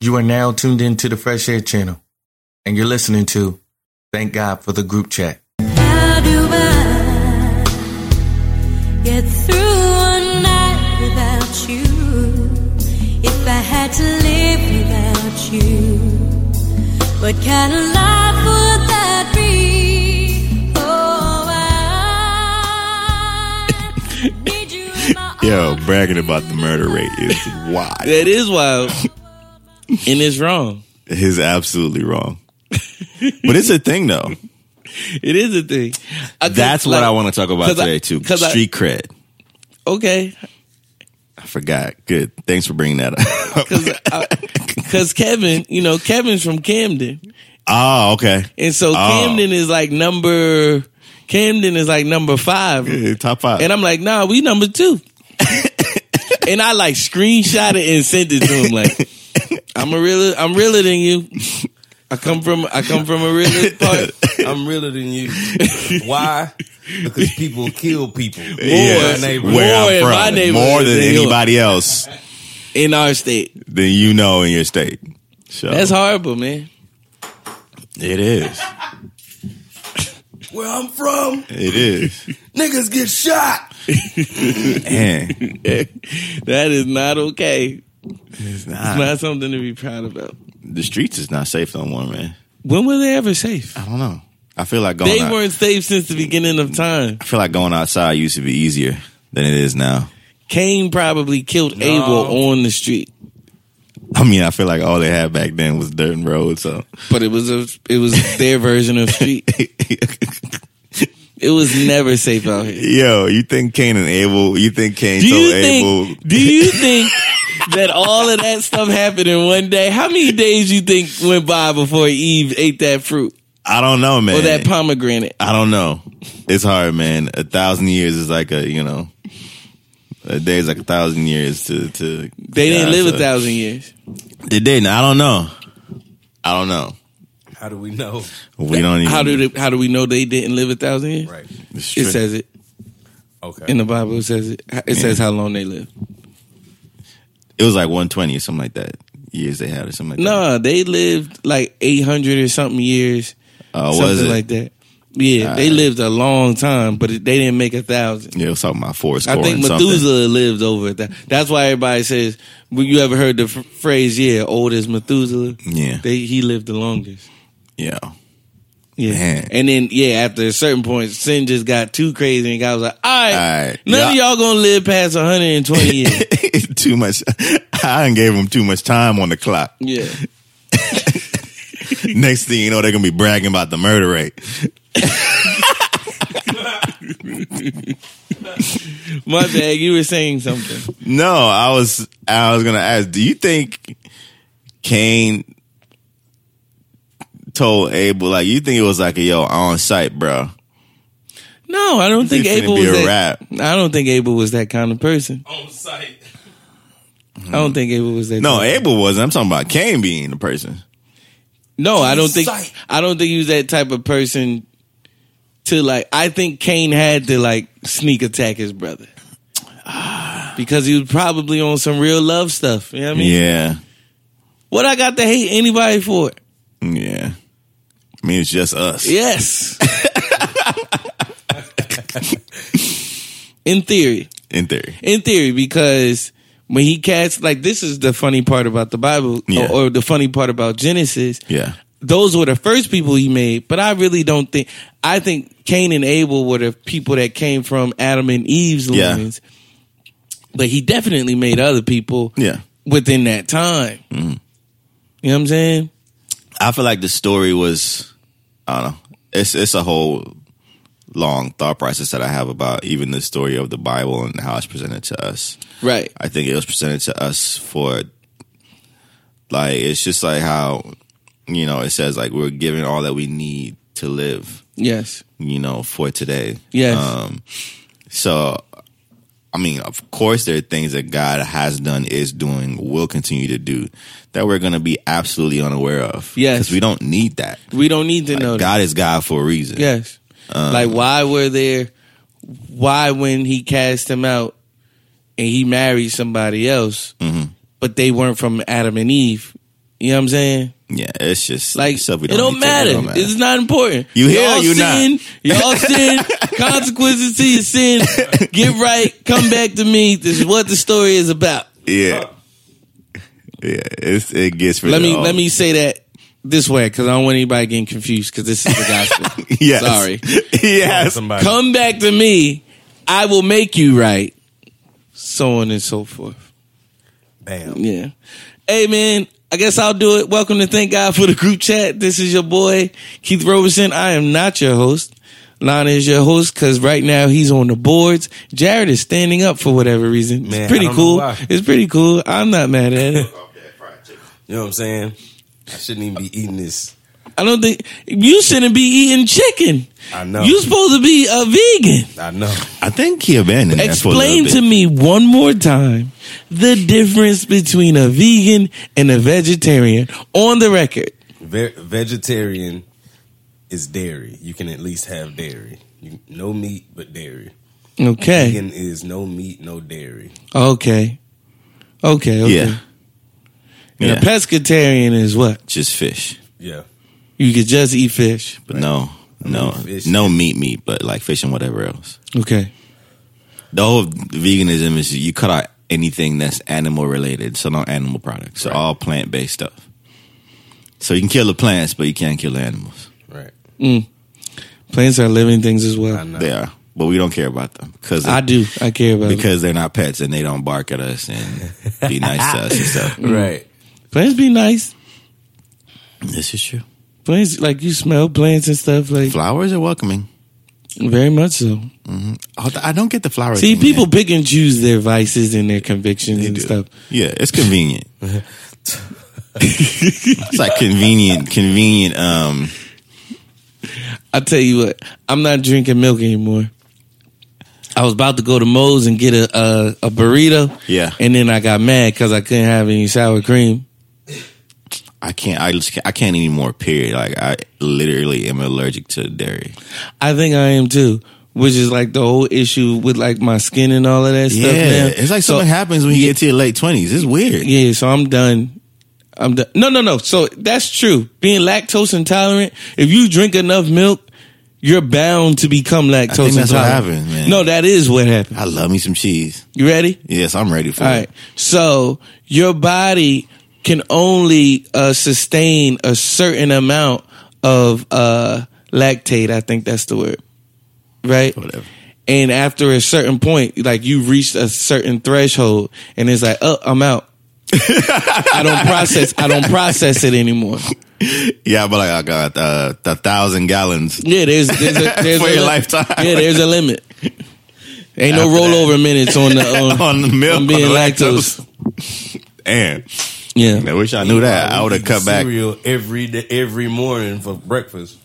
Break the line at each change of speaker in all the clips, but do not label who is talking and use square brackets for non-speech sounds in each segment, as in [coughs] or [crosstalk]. You are now tuned into the Fresh Air Channel, and you're listening to Thank God for the Group Chat.
How do I get through a night without you? If I had to live without you, what kind of life would that be? Oh, I need you in my
Yo,
arms.
bragging about the murder rate is wild.
That
[laughs]
is wild. and it's wrong.
He's absolutely wrong. But it's a thing though.
It is a thing. I could-
That's what
like-
I want to talk about
'cause I-
today too.
'cause I-
Street cred.
Okay.
I forgot. Good. Thanks for bringing that up. [laughs]
Because Kevin, you know, Kevin's from Camden.
oh, okay.
And so Camden is like number, Camden is like number five.
Yeah, top five.
And I'm like, nah, we
[laughs]
number two. and I like screenshot it and sent it to him like, I'm a realer, I'm realer than you. I come from I come from
[laughs]
a realer part.
I'm realer than you. Why? [laughs] Because people kill people.
yeah,
Boy,
my neighborhood.
where I'm
Boy, in my
from,
neighborhood,
more than
they-
anybody else
in our state.
than you know in your state. So
That's horrible, man.
It is.
Where I'm from,
It is.
niggas get shot.
Man,
that is not okay.
it's
It's
not,
not something to be proud about.
the streets is not safe no more, man.
When were they ever safe?
I don't know. I feel like going.
They
out-
weren't safe since the beginning of time.
I feel like going outside used to be easier than it is now. [laughs]
Cain probably killed Abel on the street,
I mean, I feel like all they had back then was dirt and roads. So [laughs]
but it was a it was [laughs] their version of street. It was never safe out [laughs] here.
Yo, you think Cain and Abel? You think Cain
Do you
told
think?
Abel?
Do [laughs] you think that all of that stuff happened in one day? How many days you think went by before Eve ate that fruit
I don't know, man.
or that pomegranate?
I don't know. It's hard, man. A thousand years is like a you know, a day is like a thousand years to to.
They didn't
Yeah,
live
so-
a thousand years.
They didn't. I don't know. I don't know.
How do we know?
We don't even.
How do they, how do we know they didn't live a thousand years?
Right.
It's
It
true.
says it
Okay.
in the Bible. It says it. It says how long they lived.
it was like one twenty or something like that. Years they had or something like that.
No, they lived like eight hundred or something years,
Oh, was
something
it? Ah.
like that. Yeah,
All
they
right.
lived a long time, but it, they didn't make a thousand.
Yeah, it was talking about four score.
I think
and something.
Methuselah lived over that. That's why everybody says. Well, you ever heard the f- phrase? Yeah, old as Methuselah.
Yeah.
they, he lived the longest.
Yeah.
Yeah,
Man.
and then yeah, after a certain point, sin just got too crazy, and God was like, "All right,
All right.
none of
Yeah.
y'all gonna live past 120 years."
[laughs] too much. I done gave them too much time on the
[laughs]
clock.
yeah,
Next thing you know, they're gonna be bragging about the murder rate.
my bad. You were saying something.
No, I was I was gonna ask. Do you think Cain told Abel like you think it was like a yo on site, bro?
No, I don't think
This finna
Abel
be
was
a
that.
rap.
I don't think Abel was that kind of person.
On site.
I don't think Abel was that.
No,
type.
Abel wasn't. I'm talking about Cain being the person.
no, I don't think.
Sight.
I don't think he was that type of person. To like, I think Kane had to like sneak attack his brother because he was probably on some real love stuff. You know what I mean?
Yeah,
What I got to hate anybody for?
yeah. I mean, it's just us. [laughs]
Yes. In theory.
In theory,
In theory, because when he cast, like, this is the funny part about the Bible,
Yeah.
or, or the funny part about Genesis.
yeah.
Those were the first people he made, but I really don't think. I think Cain and Abel were the people that came from Adam and Eve's
Yeah.
loins. But he definitely made other people
Yeah. Mm.
within that time. You know what I'm saying?
I feel like the story was I don't know. It's it's a whole long thought process that I have about even the story of the Bible and how it's presented to us.
Right.
I think it was presented to us for Like it's just like how you know it says like we're given all that we need to live.
Yes.
You know for today.
Yes.
Um, so. I mean, of course, there are things that God has done, is doing, will continue to do that we're going to be absolutely unaware of.
Yes.
Because we don't need that.
We don't need to
Like,
know that.
God Uh-huh. is God for a reason. Um,
Yes. like why were there why when he cast him out and he married somebody else
mm-hmm.
but they weren't from Adam and Eve. You know what I'm saying?
Yeah, it's just
Like
stuff we
it
don't
don't
need to- it
matter.
don't
It's not important.
You here or
Y'all
you not?
sin,
[laughs]
Y'all sin. Consequences to your sin. Get right. Come back to me. This is what the story is about.
Yeah, yeah. It's, it gets rid
Let
of
me
all-
let me say that this way because I don't want anybody getting confused because this is the gospel.
[laughs] [laughs] Yes.
Sorry.
yes.
Somebody.
Come back to me. I will make you right. So on and so forth.
Bam.
Yeah. Hey, man. I guess I'll do it. Welcome to Thank God for the group chat. This is your boy, Keith Roberson. I am not your host. Lana is your host because right now he's on the boards. Jared is standing up for whatever reason. It's
Man, I
pretty
don't know
cool.
why.
It's pretty cool. I'm not mad at it.
You know what I'm saying? I shouldn't even be eating this.
I don't think you shouldn't be eating chicken.
I know.
You're supposed to be a vegan.
I know.
I think he abandoned that for a
Explain
little
to
bit.
me one more time the difference between a vegan and a vegetarian on the record.
Ve- vegetarian is dairy. You can at least have dairy. You, no meat, but dairy.
Okay.
Vegan is no meat, no dairy.
Okay. Okay. okay.
Yeah.
And
Yeah.
a pescatarian is what?
just fish.
Yeah,
You could just eat fish.
But no, no,
fish.
no meat, meat, but like fish and whatever else.
Okay.
The whole veganism is you cut out anything that's animal related, so no animal products, so all plant based stuff. So you can kill the plants, but you can't kill the animals.
right.
Plants are living things as
I
well.
know.
They are, but we don't care about them because
I do. I care about it.
because they're not pets and they don't bark at us and be nice to us
[laughs]
and stuff.
Right.
Plants be nice.
This is true.
Plants, like you smell plants and stuff, like
Flowers are welcoming.
very much so.
Oh, th- I don't get the flowers.
See, people pick and choose their vices and their convictions and stuff.
Yeah, it's
[laughs]
convenient. it's like convenient, convenient. Um,
I tell you what, I'm not drinking milk anymore. I was about to go to Moe's and get a a, a burrito.
Yeah.
and then I got mad because I couldn't have any sour cream.
I can't. I just. Can't, I can't anymore. Period. Like I literally am allergic to dairy.
I think I am too, which is like the whole issue with like my skin and all of that
Yeah,
stuff. now.
it's like
so,
something happens when you get to your late twenties. It's weird.
yeah. So I'm done. I'm done. No, no, no. So that's true. Being lactose intolerant, if you drink enough milk. You're bound to become lactose intolerant.
that's what happened, man.
No, that is what happened.
I love me some cheese.
You ready?
Yes, I'm ready for
All
it.
right. So your body can only uh, sustain a certain amount of uh, lactate. I think that's the word, right?
Whatever.
And after a certain point, like you reached a certain threshold, and it's like, oh, I'm out. I don't process. I don't process it anymore.
Yeah, but like I got uh, a thousand gallons. [laughs]
Yeah, there's there's a, there's
For
a
your
lim-
lifetime.
Yeah, there's a limit. Ain't no
After that.
rollover minutes on the
[laughs]
on,
On the milk,
on being
on the
lactose.
And I
Yeah,
wish I knew that. I would have cut back.
cereal every day, every morning for breakfast.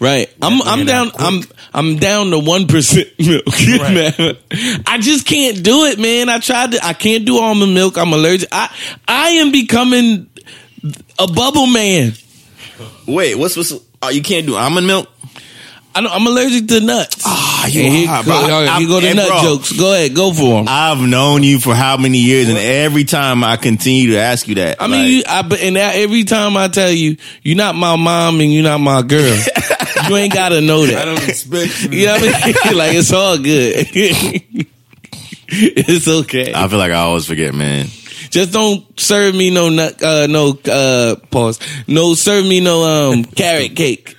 right. I'm I'm
man,
down.
I'm
I'm I'm down to one percent [laughs] milk. man. I just can't do it, man. I tried to. I can't do almond milk. I'm allergic. I I am becoming a bubble man.
Wait, what's what's? Oh, you can't do almond milk.
I don't, I'm allergic to nuts.
Ah,
And here,
are,
go, all right, here go the
and
nut
bro,
jokes. Go ahead, go for them. I,
I've known you for how many years, and every time I continue to ask you that.
mean,
like,
you, I, but- and that every time I tell you, you're not my mom and you're not
[laughs]
my girl. you ain't gotta know that.
I don't expect.
You know what I mean? [laughs] like it's all good. [laughs] it's okay.
I feel like I always forget, man.
Just don't serve me no nut, uh, no uh, pause. No serve me
[laughs]
no um carrot cake.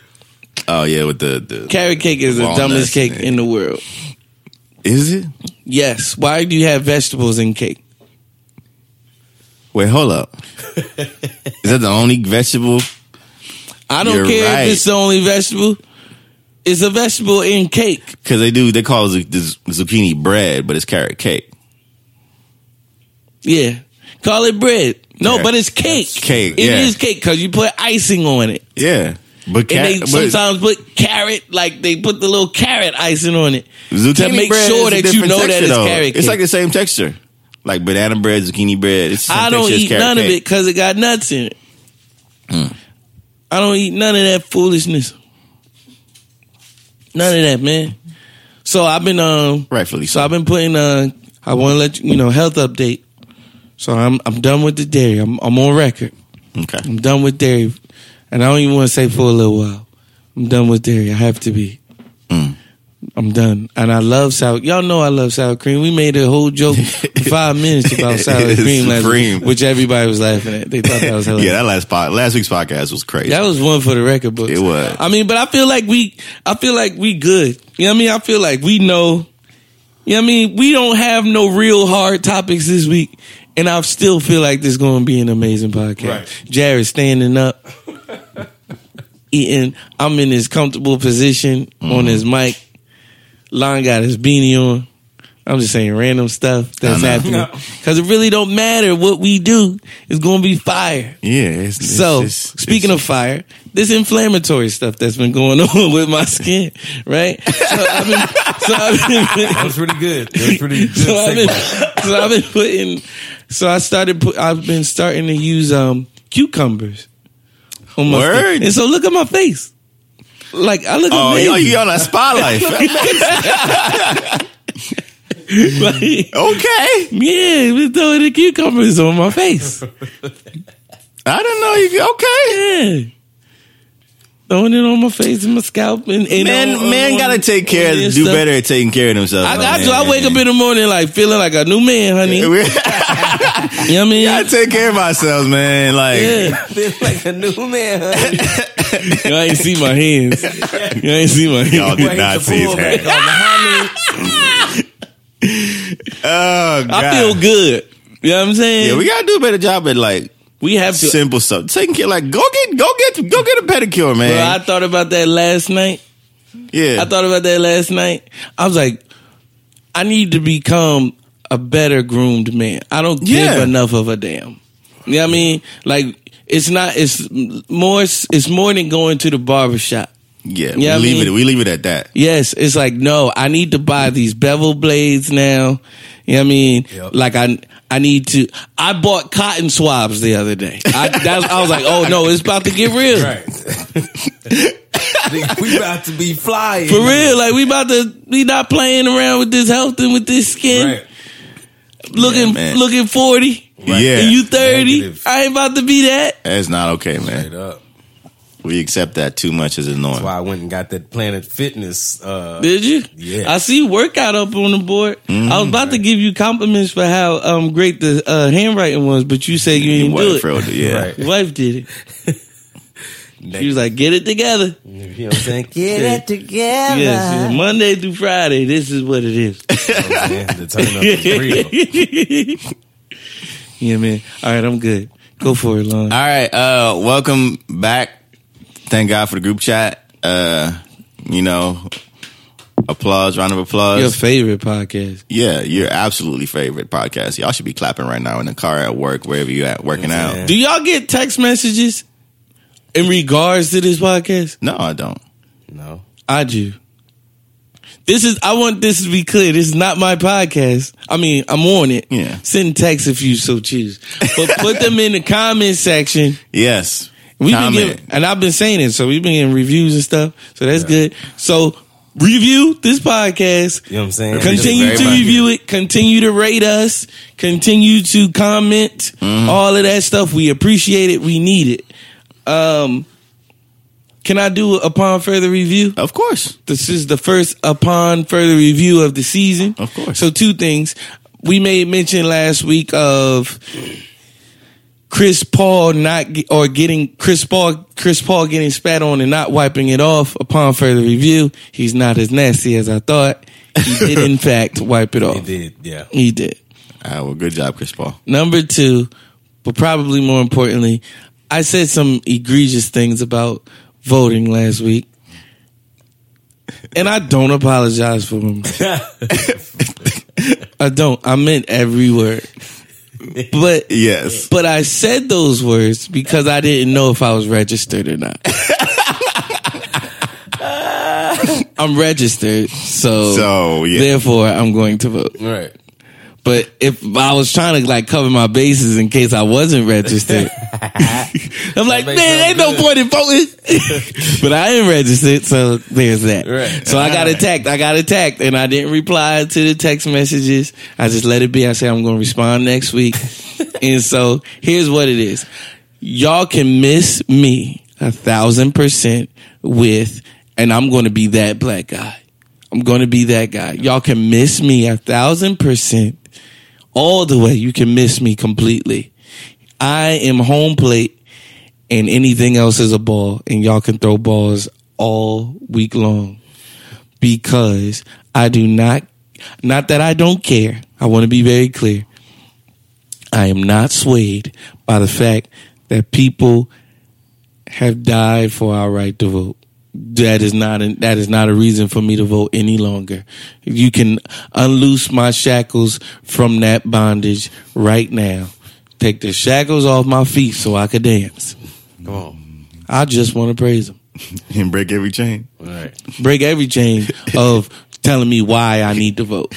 Oh yeah, with the, the
Carrot cake is the
Walnuts,
dumbest cake
man.
in the world.
Is it?
Yes. Why do you have vegetables in cake?
Wait, hold
[laughs]
up. is that the only vegetable?
I don't
You're
care
right.
if it's the only vegetable. It's a vegetable in cake.
Because they do. They call zu- the z- zucchini bread, but it's carrot cake.
Yeah. Call it bread. No,
Yeah.
but it's cake.
It's cake,
It
yeah.
is cake because you put icing on it,
Yeah, but,
and
cat,
they
but
sometimes put carrot, like they put the little carrot icing on it to
zucchini
make
bread
sure
is a
that you
different
know that
texture,
it's
though.
carrot.
It's
cake.
like the same texture, like banana bread, zucchini bread. It's the same
I don't
texture as
eat
carrot
none of it
cake. Hmm.
because it got nuts in it. I don't eat none of that foolishness. None of that, man. So I've been um
Rightfully
so
so.
I've been putting uh I want to let you, you know health update. So I'm I'm done with the dairy. I'm I'm on record. I'm [laughs]
Okay,
done with dairy, and I don't even want to say for a little while. I'm done with dairy. I have to be.
Mm.
I'm done, and I love sour. Y'all know I love sour cream. We made a whole
[laughs]
joke in five minutes about sour
It's
cream last
supreme.
week, which everybody was laughing at. They thought that was
[laughs]
hilarious.
yeah, that last pod, last week's podcast was crazy.
That was one for the record books.
It was.
I mean, but I feel like we, I feel like we good. You know what I mean? I feel like we know. You know what I mean? We don't have no real hard topics this week, and I still feel like this is going to be an amazing podcast.
Right.
Jared standing up, [laughs] eating. I'm in his comfortable position on
Mm-hmm.
his mic. Lon got his beanie on. I'm just saying random stuff that's
I know.
happening
[laughs]
because it really don't matter what we do. It's going to be fire.
yeah. It's, it's
So,
just-
speaking
it's-
of fire, this inflammatory stuff that's been going [laughs] on with my skin, right? So I've been,
[laughs]
so I've been,
That was pretty good. That was pretty good.
so I've been,
segue.
so I've been putting, so I started, put, I've been starting to use um cucumbers. on my skin.
Word.
And so look at my face. Like I look
oh,
amazing. [laughs]
yo, you on a spotlight?
Like,
okay,
yeah, we throwing the cucumbers on my face.
I don't know. You okay?
Yeah. Throwing it on my face and my scalp and, and
Man,
on-
man,
on-
gotta take care.
on your
Do
stuff.
better at taking care of themselves.
I got to. I wake up in the morning like feeling like a new man, honey. You know
We
what I mean?
gotta take care of ourselves, man. Like,
Yeah.
Been [laughs] like a new man. Huh?
Y'all ain't see my hands. Y'all ain't see my
y'all
hands.
did not see his
Pullback
hand.
on the honey.
Oh, God.
I feel good. You know what I'm saying?
Yeah,
we,
we gotta do a better job at like
have to.
simple stuff. Taking care, like go get, go get, go get a pedicure,
Bro,
man.
I thought about that last night.
yeah,
I thought about that last night. I was like, I need to become a better groomed man. I don't give
Yeah.
enough of a damn. You know what I mean? Like it's not. It's more. It's more than going to the barber shop.
yeah.
know what I
we leave
mean?
it. We leave it at that.
Yes, it's like no, I need to buy these bevel blades now. You know what I mean?
Yep.
Like I I need to I bought cotton swabs the other day. I that, I was like, "Oh no, it's about to get real."
Right. [laughs] Nigga, we about to be flying.
For real, like we about to we not playing around with this health and with this skin.
Right.
Looking
man.
looking 40
Yeah,
and you 30.
Negative.
I ain't about to be that.
that's not okay, man.
Straight up.
We accept that too much as a norm.
That's why I went and got that Planet Fitness. Uh,
Did you?
Yeah.
I see workout up on the board. I was about to give you compliments for how um great the uh, handwriting was, but you said you
You
didn't
white
do it.
fraud,
[laughs]
yeah.
Right.
Your wife did it. She was like, get it together.
you know what I'm [laughs] saying? Get it together.
Yes, it's Monday through Friday. This is what it is.
Man, the turn up is [laughs] real.
yeah, man. All right, I'm good. Go for it, Lon.
All right, uh, welcome back. Thank God for the group chat. Uh, you know, applause, round of applause.
Your favorite podcast.
yeah, your absolutely favorite podcast. Y'all should be clapping right now in the car, at work, wherever you at, working out.
Yeah.
Do y'all get text messages in regards to this podcast?
No, I don't.
No.
I do. This is. I want this to be clear. This is not my podcast. I mean, I'm on it.
Yeah.
Send text if you so choose, but put them in the comment section.
Yes,
We've been
comment.
getting, and I've been saying it, so we've been getting reviews and stuff. So that's good. So review this podcast.
You know what I'm saying?
Continue
Very
to
much.
review it. Continue to rate us. Continue to comment.
Mm-hmm.
All of that stuff. We appreciate it. We need it. Um, can I do upon further review?
of course.
This is the first upon further review of the season.
Of course.
So two things. We made mention last week of Chris Paul not ge- or getting Chris Paul Chris Paul getting spat on and not wiping it off. Upon further review, he's not as nasty as I thought. He did in fact wipe it off.
He did, yeah.
He did.
All right, Ah, well, good job, Chris Paul.
Number two, but probably more importantly, I said some egregious things about voting last week. And I don't apologize for them. I don't. I meant every word. But
Yes.
but I said those words because I didn't know if I was registered or not. I'm registered, so,
So, yeah.
therefore I'm going to vote.
Right.
But if I was trying to like cover my bases in case I wasn't
[laughs]
registered, I'm like,
That
man, ain't
makes no
no
good."
point in voting.
[laughs]
but I am registered, so there's that.
Right.
So I got attacked. I got attacked, and I didn't reply to the text messages. I just let it be. I said I'm going to respond next
[laughs]
week. and so here's what it is: y'all can miss me a thousand percent with, and I'm going to be that black guy. I'm going to be that guy. Y'all can miss me a thousand percent all the way. You can miss me completely. I am home plate and anything else is a ball and y'all can throw balls all week long because I do not not that I don't care. I want to be very clear. I am not swayed by the fact that people have died for our right to vote. That is not a, that is not a reason for me to vote any longer. You can unloose my shackles from that bondage right now. Take the shackles off my feet so I could dance.
Come on.
I just want to praise him.
And break every chain.
All right.
Break every chain of telling me why I need to vote.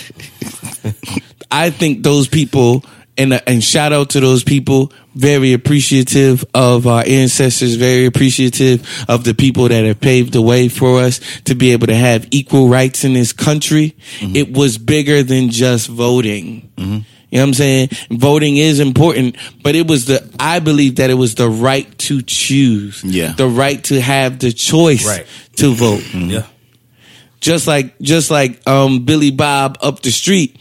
I think those people and uh, and shout out to those people. Very appreciative of our ancestors. Very appreciative of the people that have paved the way for us to be able to have equal rights in this country. It was bigger than just voting. You know what I'm saying? Voting is important, but it was the I believe that it was the right to choose.
Yeah.
the right to have the choice
Right.
to vote
Yeah.
just like just like um, Billy Bob up the street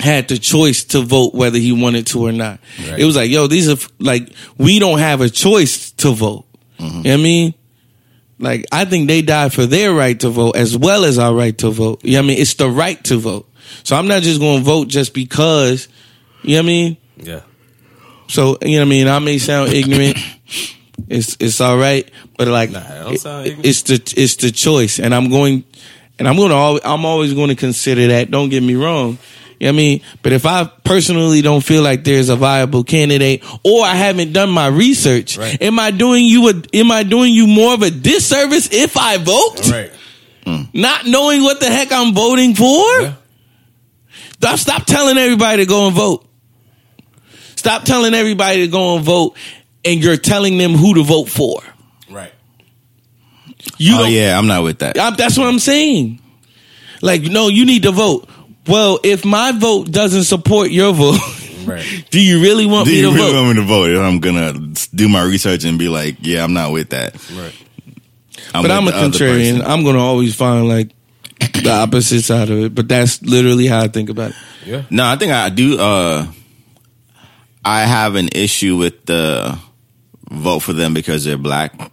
had the choice to vote whether he wanted to or not.
Right.
It was like, yo, these are f- like we don't have a choice to vote. You know what I mean? Like I think they died for their right to vote as well as our right to vote. You know what I mean? It's the right to vote. So I'm not just going to vote just because, you know what I mean?
Yeah.
So, you know what I mean? I may sound ignorant. It's it's all right, but like
I don't sound
it-
ignorant.
it's the it's the choice, and I'm going, and I'm going to always, I'm always going to consider that. Don't get me wrong, you know what I mean. But if I personally don't feel like there's a viable candidate, or I haven't done my research,
Right.
am I doing you a am I doing you more of a disservice if I vote, Mm.
All right.
not knowing what the heck I'm voting for?
Yeah.
Stop, stop telling everybody to go and vote. Stop telling everybody to go and vote, and you're telling them who to vote for.
Right.
You
oh
don't,
yeah, I'm not with that.
I- that's what I'm saying. Like, no, you need to vote. Well, if my vote doesn't support your vote, [laughs]
Right.
do you really want
Do
me
you
to
really
vote?
want me to vote? If I'm gonna do my research and be like, yeah, I'm not with that.
Right.
I'm
But I'm a
with the other
contrarian.
person.
I'm gonna always find like the opposite side of it. But that's literally how I think about it.
Yeah.
No, I think I do. Uh, I have an issue with the vote for them because they're black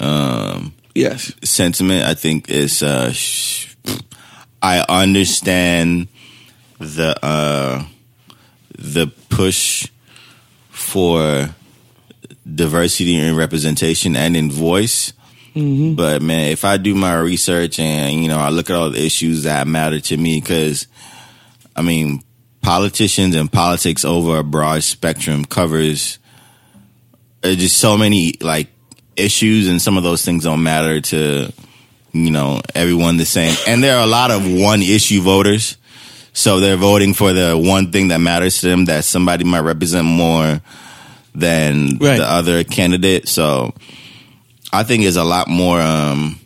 Yes.
sentiment. I think is uh, sh- I understand the uh, the push for diversity and representation and in voice. But man, if I do my research and you know I look at all the issues that matter to me, because I mean, politicians and politics over a broad spectrum covers uh, just so many like issues, and some of those things don't matter to you know everyone the same. And there are a lot of one issue voters, so they're voting for the one thing that matters to them that somebody might represent more than
Right.
the other candidate. So I think it's a lot more. um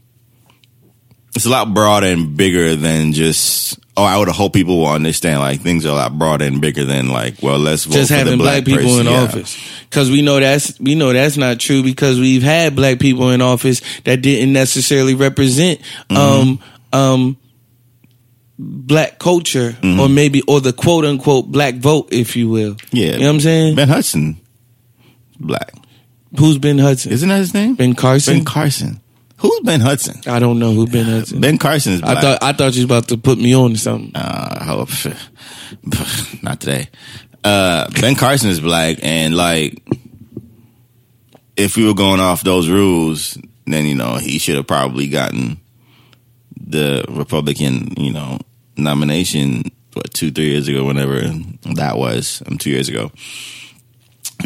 it's a lot broader and bigger than just. Oh, I would hope people will understand. Like things are a lot broader and bigger than like. Well, let's vote
just
for the
having
black,
black, people
person.
in
Yeah.
office because we know that's we know that's not true because we've had black people in office that didn't necessarily represent
Mm-hmm.
um um black culture or maybe or the quote unquote black vote if you will
Mm-hmm. Yeah,
you know what i'm saying
Ben Hudson, black,
who's ben hudson
isn't that his name?
ben carson
Ben Carson. Who's Ben Hudson?
i don't know who ben hudson
Ben Carson is black.
i thought i thought you was about to put me on to something
uh, how- [laughs] not today. Uh, ben Carson is black, and like, if we were going off those rules, then you know he should have probably gotten the Republican, you know, nomination what two three years ago, whenever that was, um, two years ago.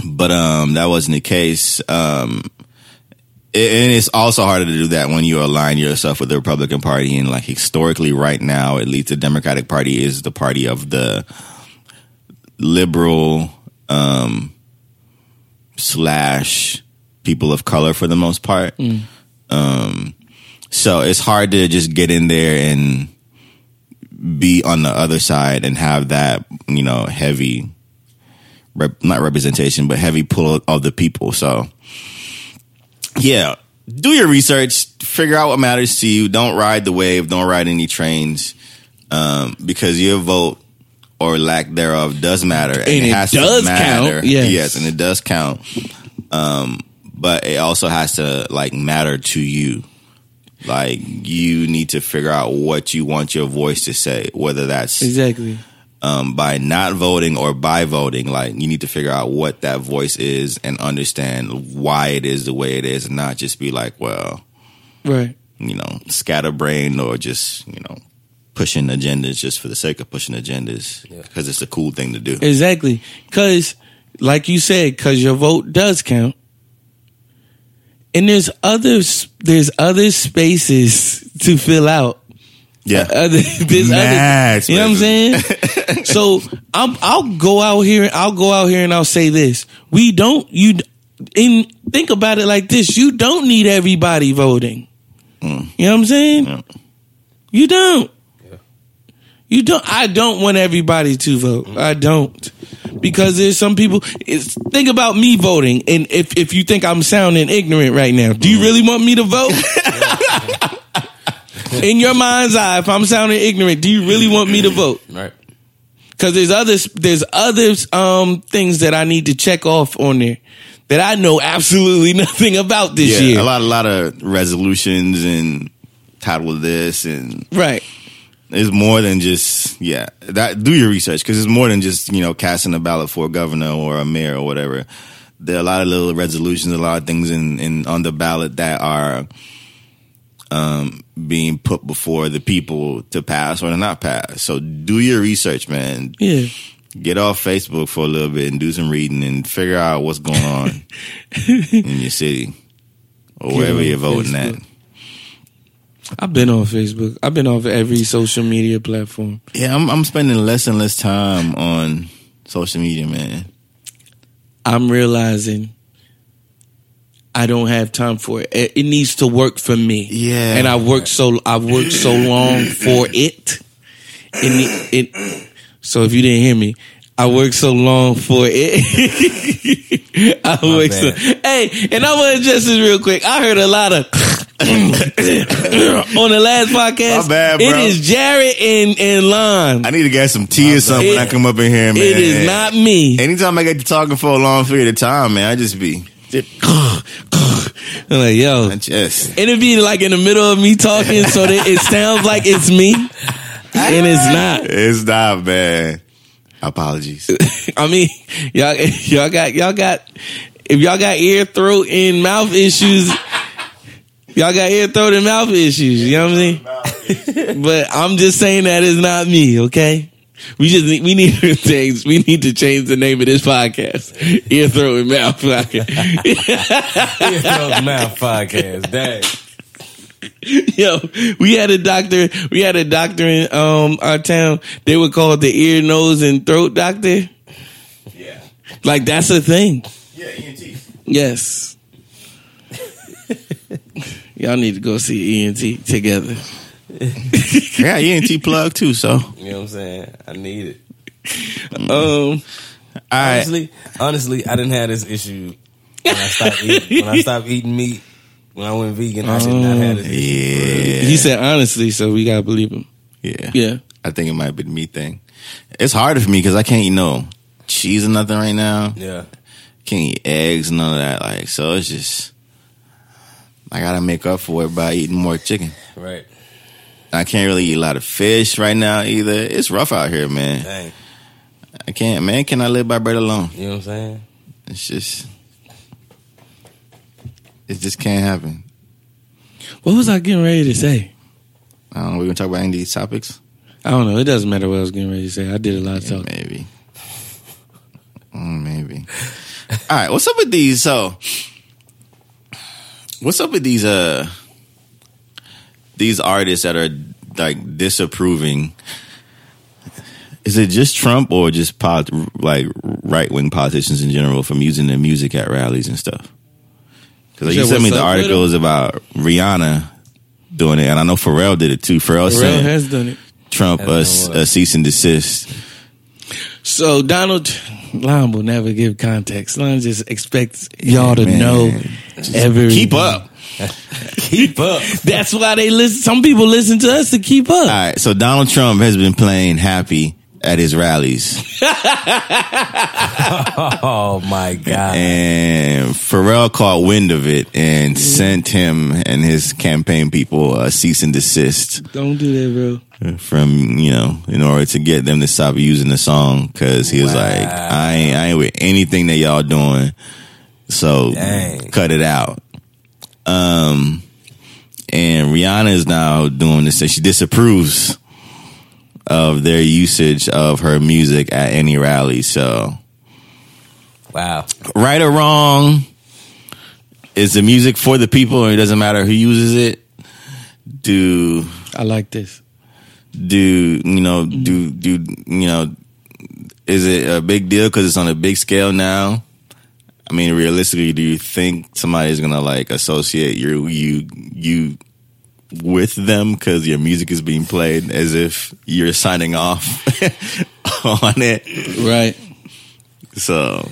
But um, that wasn't the case. Um, it- and it's also harder to do that when you align yourself with the Republican Party. And like historically, right now, at least the Democratic Party is the party of the liberal um, slash people of color for the most part. Um, so it's hard to just get in there and be on the other side and have that you know heavy rep, not representation but heavy pull of the people so yeah do your research figure out what matters to you don't ride the wave don't ride any trains um, because your vote or lack thereof does matter and,
it does count, yes.
yes and it does count um, but it also has to like matter to you like you need to figure out what you want your voice to say, whether that's
Exactly.
um, by not voting or by voting. Like you need to figure out what that voice is and understand why it is the way it is, and not just be like, well,
Right.
you know, scatterbrained or just you know pushing agendas just for the sake of pushing agendas because it's a cool thing to do.
Exactly. Because, like you said, because your vote does count. And there's other s- there's other spaces to fill out. [laughs]
yeah, [laughs]
Other, there's
Mad
other, you know what I'm saying? [laughs] so I'm, I'll go out here. I'll go out here and I'll say this: We don't you. d- And think about it like this: You don't need everybody voting. You know what I'm saying?
Mm, Yeah.
You don't. You don't. I don't want everybody to
Mm-hmm.
vote. I don't because there's some people. It's, think about me voting, and if if you think I'm sounding ignorant right now, do
Mm-hmm.
you really want me
[laughs]
to vote? In your mind's eye, if I'm sounding ignorant, do you really want me to vote?
[laughs] Right.
Because there's others, there's others, um, things that I need to check off on there that I know absolutely [laughs] nothing about this
yeah,
year.
a lot, a lot of resolutions and title of this and
Right.
It's more than just yeah. That do your research because it's more than just you know casting a ballot for a governor or a mayor or whatever. There are a lot of little resolutions, a lot of things in, in on the ballot that are um, being put before the people to pass or to not pass. So do your research, man.
Yeah.
Get off Facebook for a little bit and do some reading and figure out what's going on
[laughs]
in your city or wherever
on
you're voting
Facebook.
at.
I've been on Facebook. I've been off every social media platform.
Yeah, I'm, I'm spending less and less time on social media, man.
I'm realizing I don't have time for it. It, it needs to work for me.
Yeah.
and I worked so I worked so long for it. And it, it so if you didn't hear me, I worked so long for it. [laughs] I worked so hey, and I want to address this real quick. I heard a lot of. [clears throat] on the last podcast,
My bad,
it
bro.
is Jared and and Lon.
[coughs] I need to get some tea or something when I
It-
come up in here, man.
It is not me.
Anytime I get to talking for a long period of time, man, I just be
[clears throat] I'm like yo,
my chest.
And it be like in the middle of me talking so that it sounds like it's me and it's not.
It's not bad.
[laughs]
Apologies.
I mean, y'all y'all got y'all got if y'all got ear, throat, and mouth issues, y'all got ear, throat, and mouth issues. You know what I'm saying? but I'm just saying that it's not me, okay? We just need, we need to [laughs] change we need to change the name of this podcast. Ear, throat, and mouth [laughs] podcast.
Ear, throat, mouth podcast. Dang.
Yo, we had a doctor. We had a doctor in um our town. They would call it the ear, nose, and throat doctor.
Yeah.
Like that's a thing.
Yeah, E ENT.
Yes. [laughs] Y'all need to go see ENT together. [laughs]
Yeah, ENT plug too, so. All
You know what I'm saying? I need it.
Um,
right.
Honestly, honestly, I didn't have this issue when I stopped [laughs] eating, when I stopped eating meat. When I went vegan, I did not have this. issue.
Yeah.
he said honestly, so we gotta believe him.
Yeah.
Yeah.
I think it might be the me thing. It's harder for me because I can't eat no cheese or nothing right now.
Yeah,
can't eat eggs, none of that. Like, so it's just I gotta make up for it by eating more chicken.
right.
I can't really eat a lot of fish right now either. It's rough out here, man.
Dang.
I can't, man. Can I live by bread alone?
You know what I'm saying?
It's just, it just can't happen.
What was I getting ready to say?
I don't know. We gonna talk about any of these topics?
I don't know. It doesn't matter what I was getting ready to say. I did a lot of talking.
Maybe. [laughs] Mm, maybe. All right. What's up with these? So, what's up with these? Uh, these artists that are like disapproving. Is it just Trump or just pot, like right wing politicians in general from using their music at rallies and stuff? Because
You
you
said
sent me
what's
the
up with
articles about Rihanna doing it, and I know Pharrell did it too. Pharrell,
Pharrell
sent
has done it.
Trump a,
Has done what?
a cease and desist.
So Donald Lon will never give context. Lon just expects y'all to
man.
know every
Keep up.
Keep up.
That's why they listen. Some people listen to us to keep up.
All right, so Donald Trump has been playing happy at his rallies,
Oh my god.
and Pharrell caught wind of it and sent him and his campaign people a cease and desist
Don't do that, bro.
from you know in order to get them to stop using the song because he was
Wow.
like, I ain't, I ain't with anything that y'all doing, so
Dang.
cut it out. Um, and Rihanna is now doing this, and she disapproves of their usage of her music at any rally. So
[laughs] Wow.
right or wrong, is the music for the people, and it doesn't matter who uses it. Do
I like this.
do you know? Do do you know? Is it a big deal because it's on a big scale now? I mean, realistically, do you think somebody's gonna like associate your you you with them because your music is being played as if you're signing off [laughs] on it?
Right.
So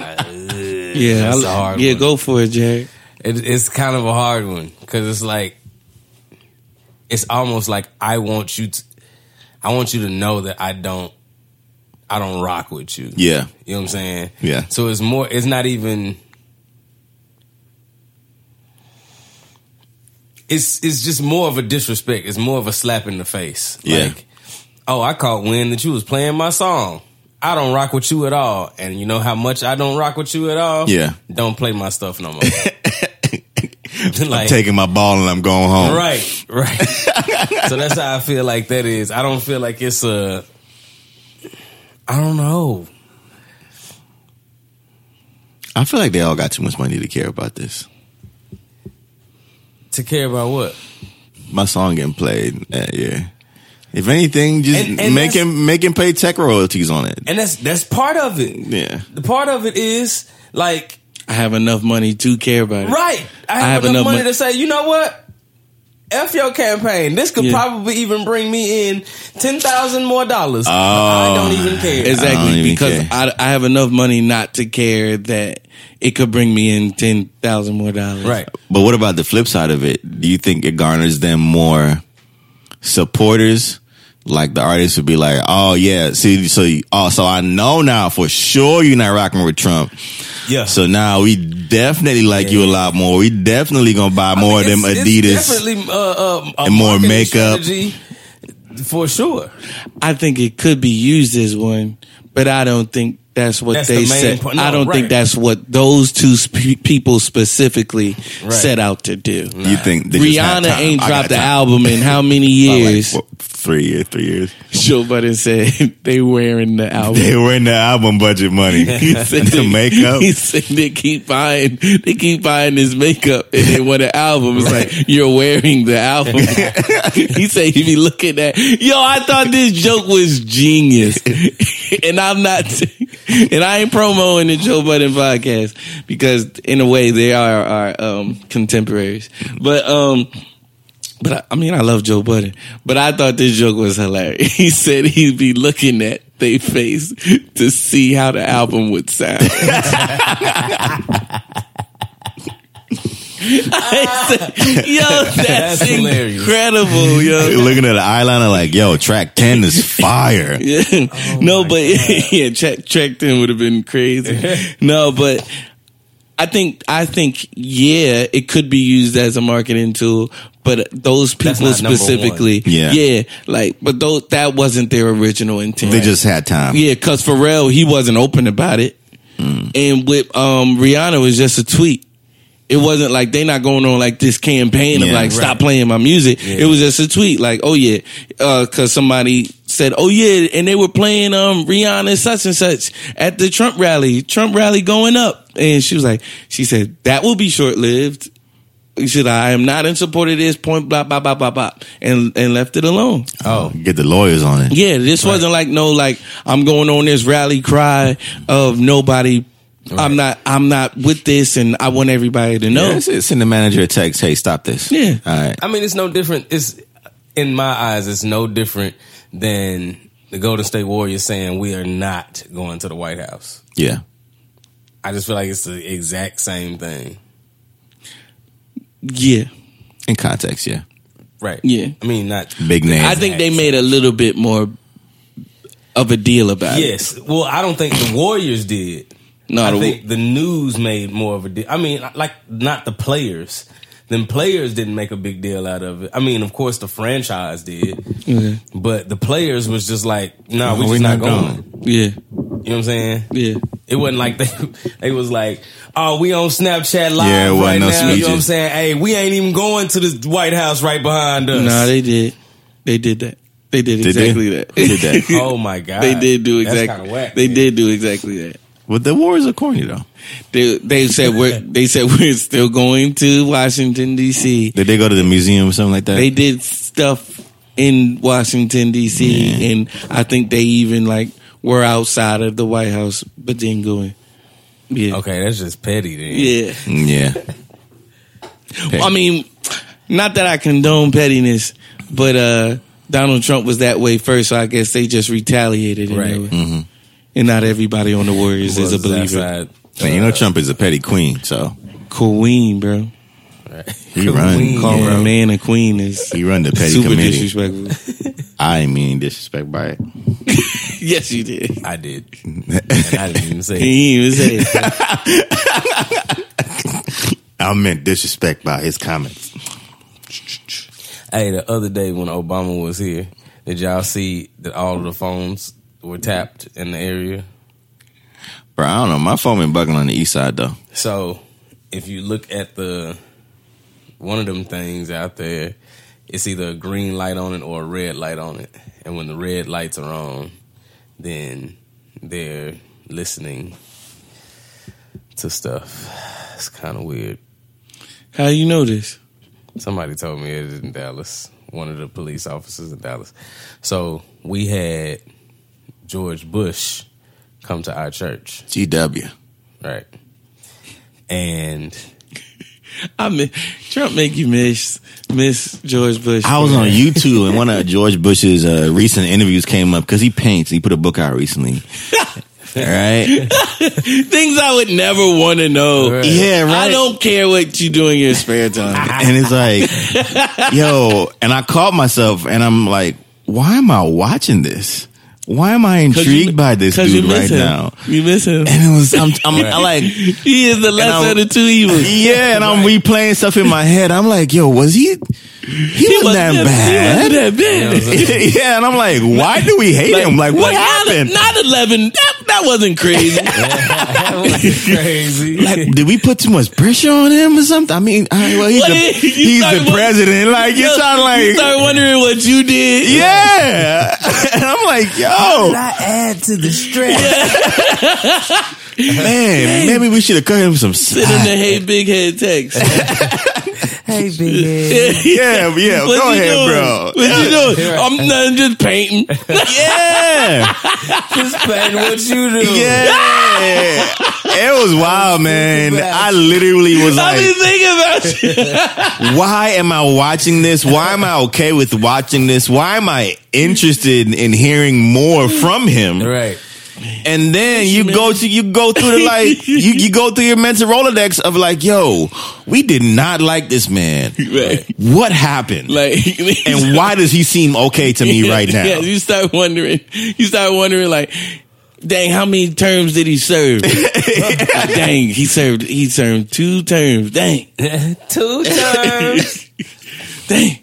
Yeah.
That's
I-
a hard
yeah,
one.
go for it, Jared.
It, it's kind of a hard one because it's like it's almost like I want you to, I want you to know that I don't, I don't rock with you.
yeah,
You know what I'm saying?
Yeah.
So it's more. It's not even. It's it's just more of a disrespect. It's more of a slap in the face.
Yeah.
Like, oh, I caught wind that you was playing my song. I don't rock with you at all, and you know how much I don't rock with you at all.
Yeah.
Don't play my stuff [laughs] no more. like,
I'm taking my ball and I'm going home.
Right, right. [laughs] so that's how I feel like that is. I don't feel like it's a. I don't know.
I feel like they all got too much money to care about this.
To care about what?
My song getting played. Uh, yeah. If anything, just
And- and
make
that's-
him make him pay tech royalties on it.
And that's that's part of it.
Yeah.
The part of it is like
I have enough money to care about it.
right. I have, enough, money to say, you know what? F your campaign. This could
Yeah.
probably even bring me in ten thousand more dollars. I don't even care.
I don't
Exactly,
even
because
care.
I, I have enough money not to care that it could bring me in ten thousand more dollars.
Right.
But what about the flip side of it? Do you think it garners them more supporters? Like the artists would be like, "Oh yeah, see, so you- oh, so I know now for sure you're not rocking with Trump.
Yeah.
So now we definitely like you a lot more. We definitely gonna buy more of them
It's- it's
Adidas
definitely, uh, uh, a
and more
marketing
makeup.
strategy for sure.
I think it could be used as one, but I don't think that's what
That's
they
the main
said.
point. No,
I don't
right.
think that's what those two sp- people specifically
Right. Mm.
set out to do.
You think they just had
Rihanna
time.
ain't
I got
dropped the
time.
album in how
[laughs]
many
About, like,
years?
what, three years, three years.
[laughs] Joe Budden said [laughs] they wearing the
[laughs]
album.
They were in the album budget money.
[laughs] He
[laughs]
said
the
they-
makeup.
He said they keep buying, they keep buying his makeup, and they want an album. It's like you're wearing the album. he said he be looking at, yo, I thought this joke was genius, and I'm not, and I ain't promoting the Joe Budden podcast because in a way they are our um, contemporaries, but um. But I, I mean, I love Joe Budden, but I thought this joke was hilarious. [laughs] He said he'd be looking at they face to see how the album would sound. [laughs] I said, yo, that's,
That's hilarious.
incredible, yo.
Looking at the eyeliner, like, yo, track ten
[laughs]
is fire.
[laughs]
Yeah.
Oh
no, but [laughs] yeah, check checked in would have been
[laughs]
crazy. no, but I think I think yeah, it could be used as a marketing tool, but those
That's
people
not number one.
specifically,
Yeah.
like, but though that wasn't their original intent.
They just had time.
yeah, because Pharrell he wasn't open about it, and with um Rihanna it was just a tweet. it wasn't like they not going on like this campaign of
Yeah,
like
right.
stop playing my music. It was just a tweet like, oh yeah, because somebody said, oh yeah, and they were playing um Rihanna such and such at the Trump rally. Trump rally going up, and she was like, she said that will be short lived. She said, I am not in support of this point, blah, blah, blah, blah, blah, and, and left it alone.
Oh,
Get the lawyers on it.
Yeah, this wasn't like no like I'm going on this rally cry of nobody. I'm not. I'm not with this, and I want everybody to know.
Yeah, s- send the manager a text. Hey, stop this.
Yeah.
All right.
I mean, it's no different. It's in my eyes, it's no different than the Golden State Warriors saying we are not going to the White House.
Yeah.
I just feel like it's the exact same thing.
Yeah,
In context, yeah.
Right.
Yeah.
I mean, not.
Big name.
I think they made a little bit more of a deal about it.
Yes. Well, I don't think the Warriors did.
No,
I
Oh, the-
think the news made more of a deal. I mean, like, not the players. Then players didn't make a big deal out of it. I mean, of course, the franchise did, but the players was just like, "Nah, we
No,
just
we
not,
not
going."
yeah,
You know what I'm saying?
yeah.
It wasn't like they [laughs] they was like, oh, we on Snapchat live
Yeah, it wasn't
right
no
now. You know what I'm
speeches.
saying? Hey, we ain't even going to the White House right behind us.
No, they did. They did that. They did
Did they?
exactly that.
Who did that?
[laughs] oh my
[laughs]
god,
they did do
That's kind
exactly.
of whack.
they
man.
did do exactly that.
Well, the Warriors are corny though.
They they said we're they said we're still going to Washington D.C.
Did they go to the museum or something like that?
They did stuff in Washington D.C.
Yeah.
and I think they even like were outside of the White House, but didn't go in. Yeah,
Okay, that's just petty. Then.
yeah.
Mm, yeah. Petty.
I mean, not that I condone pettiness, but uh, Donald Trump was that way first, so I guess they just retaliated. in
Right.
that way.
Mm-hmm.
And not everybody on the Warriors
Was
is a believer.
outside.
Man,
Uh,
you know Trump is a petty queen, so
Queen, bro.
he run.
Queen.
Calling
yeah.
a man a queen is
He run the petty
super
committee.
disrespectful.
I mean disrespect by it.
yes, you did.
I did, and I didn't even say.
[laughs]
it.
He even said it.
[laughs] I meant disrespect by his comments.
Hey, the other day when Obama was here, did y'all see that all of the phones were tapped in the area?
Bro, I don't know. My phone been bugging on the east side though.
So if you look at the one of them things out there, it's either a green light on it or a red light on it. And when the red lights are on, then they're listening to stuff. It's kind of weird.
How you know this?
Somebody told me it in Dallas. One of the police officers in Dallas. So we had George Bush come to our church,
GW.
right? And
I mean, Trump make you miss miss George Bush.
I was on YouTube and one [laughs] of George Bush's uh, recent interviews came up because he paints. He put a book out [laughs] recently. All right.
things I would never want to know.
Right.
Yeah, right.
I don't care what you do in your spare time.
and it's like, yo, and I caught myself and I'm like, why am I watching this? Why am I
Cause
intrigued
you-
by [laughs] this
'cause you
dude
miss
right
him.
now?
You miss him.
And it was, I'm, I'm I [laughs] like,
He is the lesser
I'm-
of the two evils.
yeah, and I'm replaying stuff in my head. I'm like, yo, was he, he wasn't that
wasn't
bad.
That, he wasn't that
you know,
[laughs]
bad.
it was a-
yeah, and I'm like, why do we hate him? Like, what
not-
happened?
Not eleven. That that wasn't crazy.
crazy. [laughs]
Like, did we put too much pressure on him or something? I mean, I, well, he's
What
the,
is- you
he's
started
the
wa-
president. Like, [laughs] you sound
you
like,
start wondering what you did.
[laughs] yeah. [laughs] and I'm like, yo,
I add to the stress.
[laughs] man, maybe we should have cut him some slack.
Send him
[laughs]
the hey big head text.
hey, big
Yeah, yeah.
What
Go
you
ahead,
doing?
bro.
What you [laughs] doing? I'm nothing, just painting.
Yeah,
Just playing [laughs] what you do.
yeah. It was wild, man. I literally was
I've been
like,
thinking
[laughs]
about you.
why am I watching this? Why am I okay with watching this? Why am I interested in hearing more from him?
Right.
And then you go to you go through the
[laughs]
like you, you go through your mental rolodex of like, yo, we did not like this man.
Right.
What happened?
[laughs] Like,
and why does he seem okay to me right now?
[laughs] Yeah, you start wondering. You start wondering, like, dang, how many terms did he
[laughs]
serve? dang, he served. He served two terms. Dang,
[laughs]
Two times.
dang.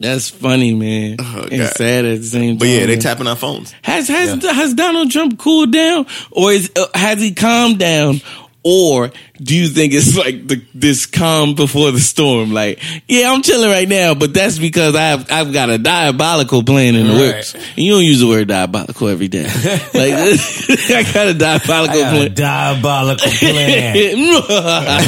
That's funny, man, and
Oh, God.
sad at the same time.
But yeah, they
man.
tapping our phones. [laughs]
has has has Donald Trump cooled down, or is, uh, has he calmed down, Or do you think it's [laughs] like the, this calm before the storm? Like, yeah, I'm chilling right now, but that's because I've I've got a diabolical plan in the
Right.
works. And you don't use the word diabolical every [laughs] day. Like, I got a diabolical plan.
diabolical
[laughs]
plan.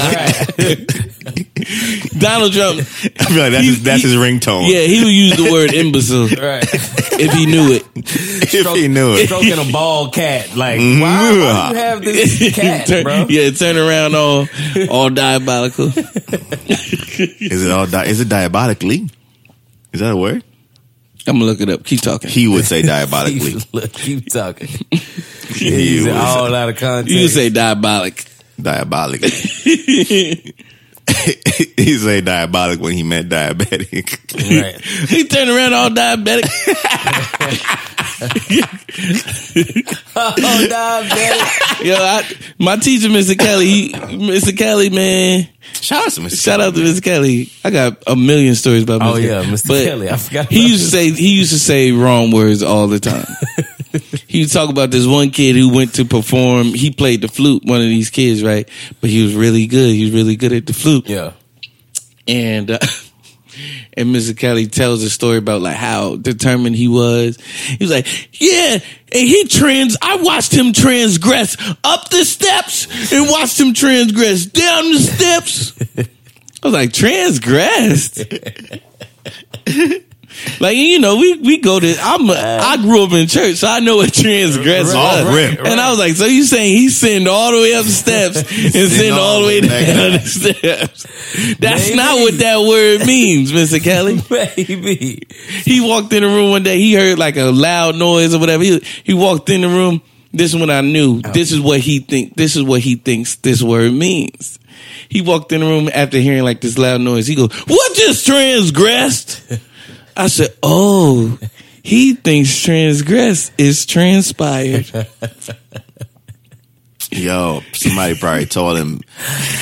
Donald Trump,
I feel like that's, his, that's his ringtone.
yeah, he would use the word imbecile
right.
if he knew it.
[laughs] if he knew
[laughs]
it.
[laughs] Stroking a bald cat. Like, why, why do you
[laughs]
have this cat,
Mm-hmm. turn,
bro?
Yeah, turn around all all diabolical.
Is it all? Di- is it diabolically? Is that a word?
I'm gonna look it up. Keep talking.
He would say diabolically.
Keep- Look, keep
[laughs]
talking.
he
He's
would say
all out of context.
you say
[laughs]
diabolic.
[laughs] diabolically. he say diabolic when he meant
[laughs]
diabetic.
right.
He turned around all
[laughs]
diabetic.
Oh, diabetic.
Yo, I, my teacher, Mr. Kelly, he, Mr. Kelly, man,
Shout out to Mr.
shout out to Mr. Kelly. I got a million stories about Mr.
Oh, yeah,
Kelly.
Mr.
But
Kelly. I forgot
He
about
used to say he used to say wrong words all the
[laughs]
time. he would talk about this one kid who went to perform. He played the flute, one of these kids, right? But he was really good. He was really good at the flute.
yeah.
and uh, [laughs] and Mr. Kelly tells a story about like how determined he was. He was like, "Yeah," and he trans. I watched him transgress up the steps and watched him transgress down
[laughs]
the steps. I was like, transgressed. [laughs] Like you know, we we go to. I'm a, I grew up in church, so I know what transgress
Right, right,
was.
right,
And I was like, so you saying he sinned all the way up the steps and
[laughs]
sinned all the way
back
down the
down.
steps? That's
Maybe.
not what that word means, Mister Kelly.
Baby.
He walked in the room one day. He heard like a loud noise or whatever. He, he walked in the room. This is when I knew. This is what he think. This is what he thinks this word means. He walked in the room after hearing like this loud noise. He goes, "What just transgressed?" I said, "Oh, he thinks transgress is transpired." [laughs]
Yo, somebody probably told him.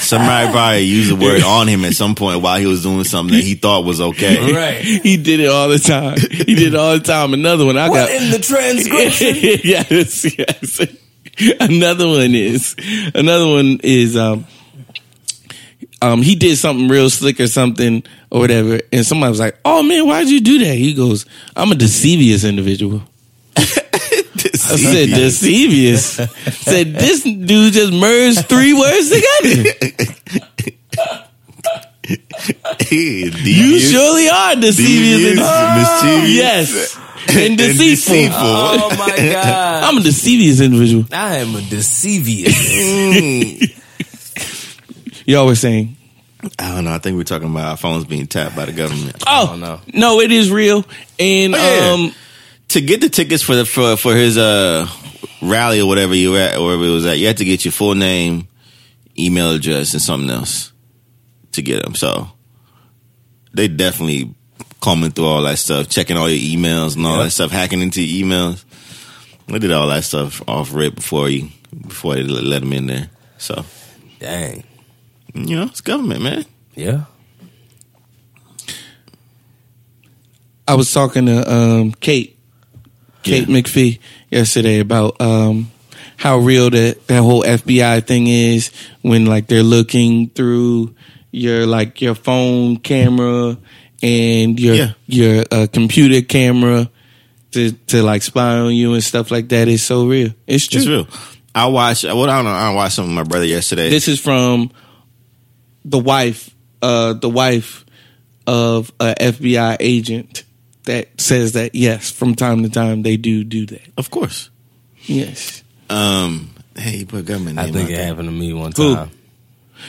Somebody probably used the word on him at some point while he was doing something that he thought was okay.
Right.
He did it all the time. [laughs] He did it all the time. Another one I
What
got.
in the transgression?
[laughs] yes, yes. Another one is another one is um um he did something real slick or something or whatever, and somebody was like, "Oh man, why'd you do that?" He goes, "I'm a deceivious individual."
[laughs]
I said, "Deceivious." said this dude just merged three words together.
[laughs]
You
you
surely are deceivious.
Devious,
and-
mischievous,
yes,
[laughs]
and deceitful. [laughs]
Oh my god.
I'm a deceivious individual.
I am a deceivious.
Y'all were saying.
[laughs] I don't know. I think we're talking about our phones being tapped by the government.
Oh
don't
no,
know.
no, it is real. And
Oh, yeah.
um,
to get the tickets for the for, for his uh rally or whatever you were at or wherever it was at, you had to get your full name, email address, and something else to get them. So they definitely combing through all that stuff, checking all your emails and all that stuff, hacking into your emails. They did all that stuff off rip before you before they let them in there. So
Dang.
you know it's government, man.
Yeah.
I was talking to um Kate, Kate
Yeah.
McPhee yesterday about um how real that that whole FBI thing is when like they're looking through your like your phone camera and your
Yeah.
your uh, computer camera to to like spy on you and stuff like that. It's so real. It's true.
It's real. I watched. What I don't know. I watched something with my brother yesterday.
This is from the wife, uh, the wife of a FBI agent that says that yes, from time to time they do do that.
of course.
Yes.
Um. Hey, you put government.
I
name
think
out
it
there.
happened to me one
Who?
time.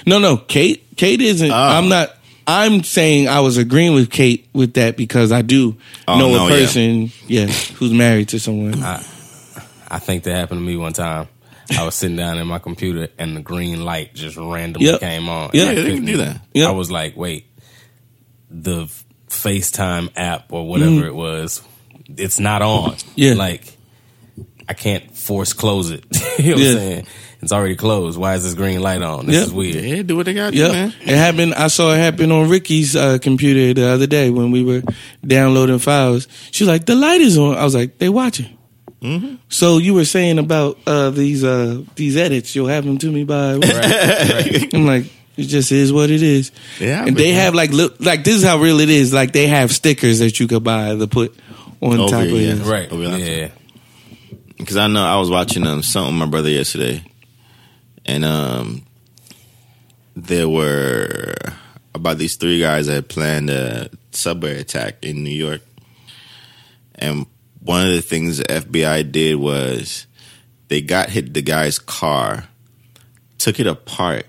No, no. Kate, Kate isn't.
Oh.
I'm not. I'm saying I was agreeing with Kate with that because I do
Oh,
know
no,
a
yeah.
person, yeah. who's married to someone.
I think that happened to me one time. I was sitting down at my computer and the green light just randomly
Yep.
came on.
Yeah,
And I
they
can
couldn't-
do that.
Yep.
I was like, wait, the FaceTime app or whatever it was, it's not on.
Mm. Yeah.
Like, I can't force close it. [laughs] you know what
Yeah.
I'm saying? It's already closed. Why is this green light on? This
Yep.
is weird.
Yeah, do what they got to
Yeah,
do, man.
it happened. I saw it happen on Ricky's uh, computer the other day when we were downloading files. She's like, "The light is on." I was like, "They watching."
Mm-hmm.
So you were saying about uh, these uh, these edits? You'll have them to me by. I'm like, it just is what it is.
Yeah, I
and they
mean-
have like li- like this is how real it is. Like they have stickers that you could buy to put on
Over
top
it,
of
yeah.
it.
Right.
Oh, really?
Yeah.
because I know I was watching um something with my brother yesterday, and um there were about these three guys that planned a subway attack in New York, and one of the things the FBI did was they got hit the guy's car, took it apart.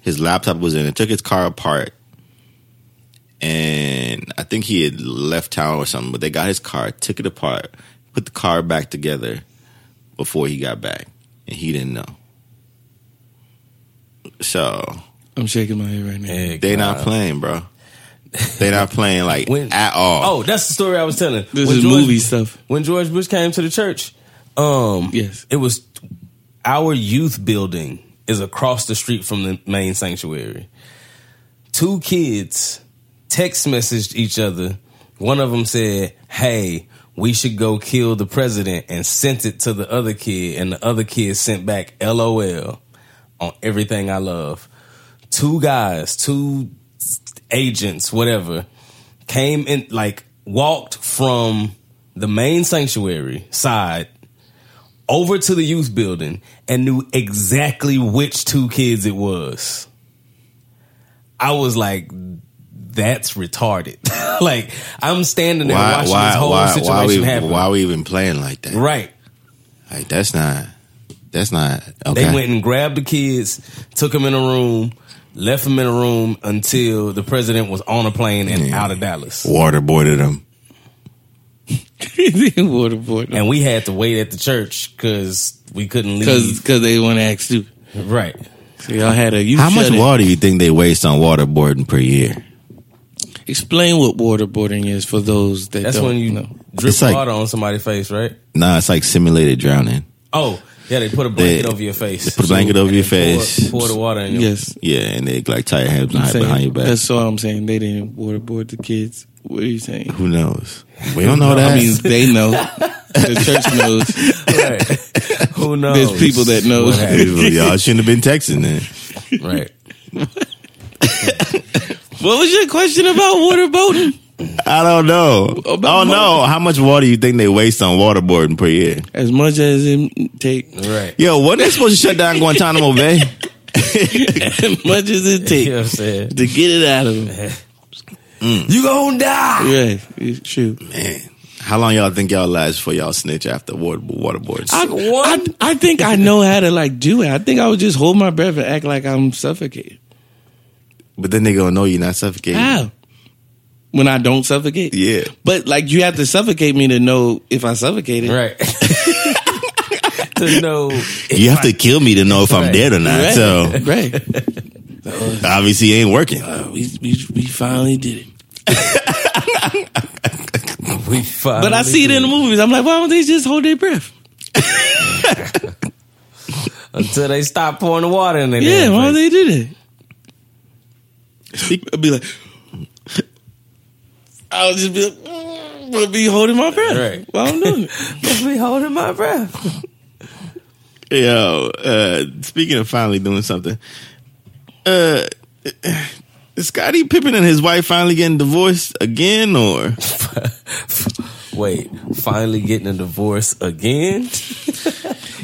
His laptop was in it. Took his car apart. And I think he had left town or something, but they got his car, took it apart, put the car back together before he got back. And he didn't know. So
I'm shaking my head right now.
Yeah,
they not
God.
playing, bro. They not
[laughs]
playing like
When-
at all.
Oh, that's the story I was telling.
This
When
is
George-
movie stuff.
When George Bush came to the church, um,
Yes. [laughs]
it was our youth building is across the street from the main sanctuary. Two kids text messaged each other. One of them said, "Hey, we should go kill the president," and sent it to the other kid, and the other kid sent back "LOL" on everything I love. Two guys, two agents, whatever, came in like walked from the main sanctuary side over to the youth building and knew exactly which two kids it was. I was like, that's retarded. [laughs] like I'm standing there
why?
watching
Why?
this whole
Why?
situation
Why we,
happen.
why we even playing like that?
right.
Like that's not. That's not. Okay.
They went and grabbed the kids, took them in a room, left them in a room until the president was on a plane and
Yeah.
out of Dallas.
waterboarded him.
Waterboard.
And we had to wait at the church because we couldn't
Because
leave.
cause they want to act stupid.
Right.
So y'all had a you
How much
shut it.
water do you think they waste on waterboarding per year?
Explain what waterboarding is for those that
That's
don't
when you
know.
drip
It's like-
water on somebody's face, right?
Nah, it's like simulated drowning.
Oh, yeah, they put a blanket
They-
over your face.
they put a blanket over
And
your
then pour-
face.
Pour, the water in your
Yes,
Yeah, and they like tie your hands
I'm
behind,
saying-
behind your back.
That's all I'm saying. They didn't waterboard the kids. What are you saying?
Who knows? We don't know [laughs] that.
I mean, they know. [laughs] the church knows.
Right. Who knows?
There's people that know.
What
[laughs]
happened?
y'all shouldn't have been texting then.
right.
What was your question about waterboarding?
I don't know. I
About
don't know. How much water you think they waste on waterboarding per year?
As much as it take,
[laughs]
Right.
Yo, when they supposed to shut down Guantanamo [laughs] Bay?
as much as it
You
take
know what I'm saying?
to get it out of them.
You gonna die.
Yeah, it- shoot.
Man, how long y'all think y'all last before y'all snitch after water waterboards?
I, I, I think I know how to like do it. I think I would just hold my breath and act like I'm suffocating.
but then they gonna know you're not suffocating.
How? When I don't suffocate?
Yeah.
But like you have to suffocate me to know if I suffocated.
Right. [laughs] to know.
You have to kill me to know if I'm
Right.
dead or not.
Right.
So
[laughs] Right.
obviously it ain't working.
we, we we finally did it.
We finally
But I see it in the movies. I'm like, why don't they just hold their breath?
until they stop pouring the water in there.
Yeah, why don't they do that?
I'd be like,
I'll just be like, mm, but be holding my breath
Right.
while I'm doing it.
[laughs] be holding my breath.
Yo, uh, speaking of finally doing something, uh, is Scottie Pippen and his wife finally getting divorced again, or
Wait, finally getting a divorce again?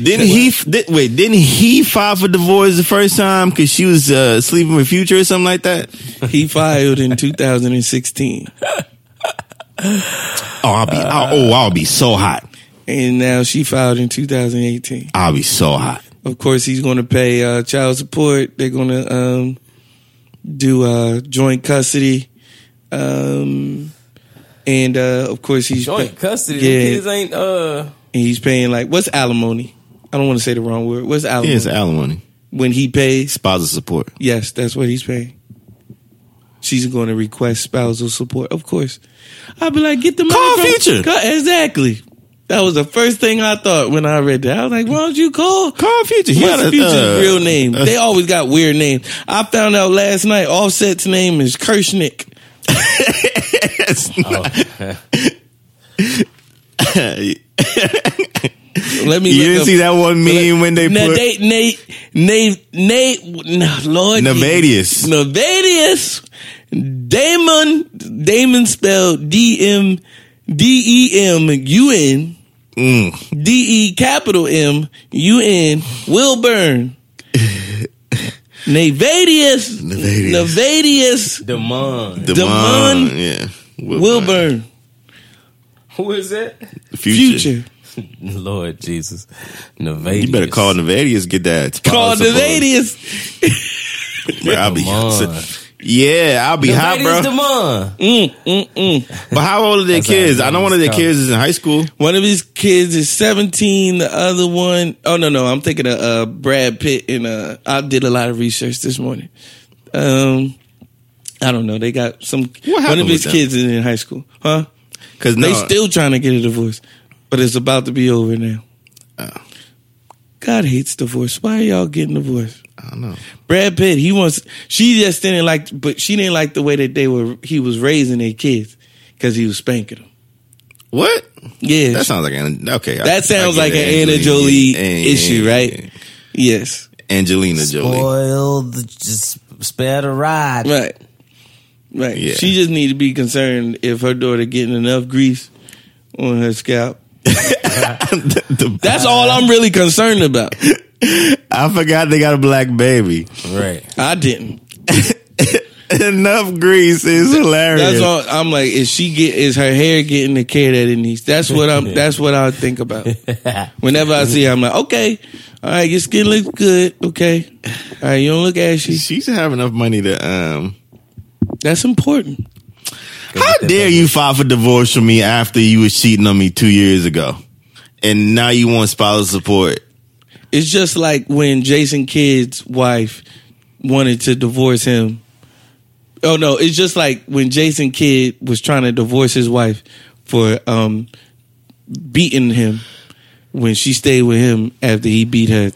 didn't he? Did, wait, didn't he file for divorce the first time because she was uh, sleeping with Future or something like that?
He filed in 2016,
Oh, I'll be. I'll, oh, I'll be so hot.
and now she filed in 2018.
I'll be so hot.
Of course, he's going to pay uh, child support. They're going to um, do uh, joint custody, um, and uh, of course,
[laughs]
he's
Joint
pay-
custody.
Yeah.
The kids ain't uh [laughs]
and he's paying like what's alimony? I don't want to say the wrong word. What's alimony?
Here's alimony,
when he pays,
spousal support.
Yes, that's what he's paying. She's going to request spousal support, of course. I'll be like, get the money
Call
from
Future.
Call- exactly. That was the first thing I thought when I read that. I was like, why don't you call?
Carl Future. He
What's
got a,
Future's
uh,
real
[laughs]
name?
a-
they always got weird names. I found out last night Offset's name is Kershnick.
[laughs] It's not-
Let me.
You didn't
look Oh. up-
see that one meme when they
now,
put
they, Nate, Nate, Nate, no, Lord,
Nevadius.
Nevadius, Damon, Damon spelled D M D E M U N
Mm,
D E capital M U N Will
[laughs]
Burn. Nevadius,
Nevadius.
Nevadius,
Demon.
Demon, yeah,
Will Burn,
Who is that?
Future.
future.
Lord Jesus. Nevada.
You better call Nevadius. Get that.
Call
possible.
Nevadius.
Bro, I'll be,
Come on.
yeah, I'll be hot, bro.
Demon.
But how old are their
how
kids?
it
I know one of their
is.
kids is in high school.
One of his kids is 17. The other one, oh no, no, I'm thinking of uh, Brad Pitt. And uh, I did a lot of research this morning. Um, I don't know. They got some. One
happened
of
with
his
them?
kids is in high school, huh?
Because no,
They still trying to get a divorce, but it's about to be over now. God hates divorce. Why are y'all getting divorced?
I don't know.
Brad Pitt, he wants. She just didn't like, but she didn't like the way that they were. He was raising their kids because he was spanking them.
What?
Yeah,
That sounds like an okay. I- I
That sounds
get
like
it.
an Anna
Angelina-
Jolie
An-
issue, right? Yes.
Angelina Jolie. [laughs]
Spoiled. Just spare the ride.
Right. Right.
Yeah.
She just need to be concerned if her daughter getting enough grease on her scalp.
The-
That's all I'm really concerned about.
I forgot they got a black baby. [laughs]
Right.
I didn't.
Enough grease is hilarious.
That's all I'm like, is she get is her hair getting the care that it needs? That's what I'm that's what I think about. Whenever I see her, I'm like, okay, all right, your skin looks good. Okay. All right, you don't look ashy.
She should have enough money to um.
That's important.
How dare you file for divorce from me after you was cheating on me two years ago, and now you want spousal support?
It's just like when Jason Kidd's wife wanted to divorce him. Oh no, it's just like when Jason Kidd was trying to divorce his wife for um beating him when she stayed with him after he beat her.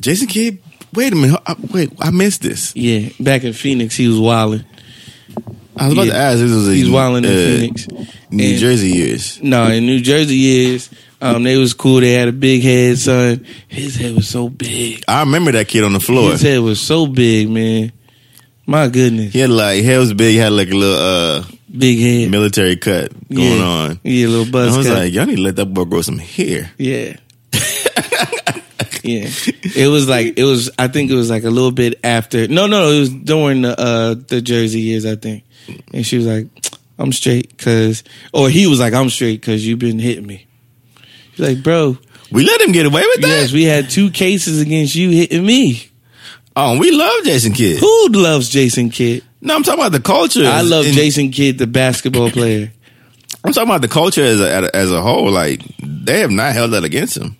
Jason Kidd, wait a minute. I- wait, I missed this.
Yeah, back in Phoenix he was wilding.
I was about to
Yeah.
ask. This was a,
He's wilding in
uh,
Phoenix.
New
And-
Jersey years.
No, in New Jersey is um they was cool. They had a big head, son. His head was so big.
I remember that kid on the floor.
His head was so big, man. My goodness.
He had like hair was big. He had like a little uh
Big head.
military cut going
yeah.
on.
Yeah, little
And
buzz.
I was
cut.
like, y'all need to let that boy grow some hair. [laughs]
Yeah. yeah. It was like it was I think it was like a little bit after no no it was during the uh the Jersey years I think. And she was like, I'm straight cause or he was like, I'm straight cause you've been hitting me. She's like, bro,
We let him get away with that.
yes, we had two cases against you hitting me.
oh, we love Jason Kidd.
Who loves Jason Kidd?
No, I'm talking about the culture.
I love
And-
Jason Kidd, the basketball player.
I'm talking about the culture as a, as a whole. Like they have not held that against him,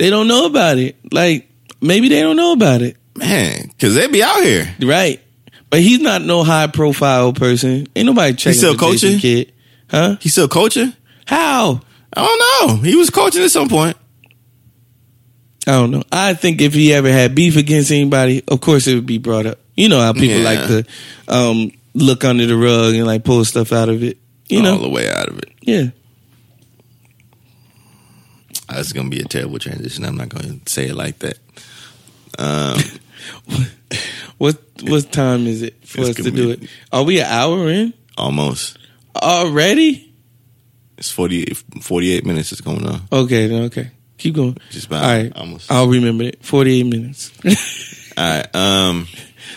They don't know about it. Like, maybe they don't know about it.
man. Because they be out here.
Right. But he's not no high profile person. Ain't nobody checking
still
for Jason
coaching?
Kidd. Huh?
He still coaching.
How?
I don't know. He was coaching at some point.
I don't know. I think if he ever had beef against anybody, of course it would be brought up. You know how people
Yeah.
like to um, look under the rug and like pull stuff out of it. You know?
all the way out of it.
yeah.
That's Uh, gonna be a terrible transition. I'm not gonna say it like that. Um,
What what time is it for
It's
us to
gonna
do
be-
it? Are we an hour in
[laughs] Almost.
already?
It's 40, 48 minutes is going on.
Okay, then, okay. Keep going.
Just about
All right.
almost.
I'll remember it. Forty eight minutes. [laughs]
All right. Um,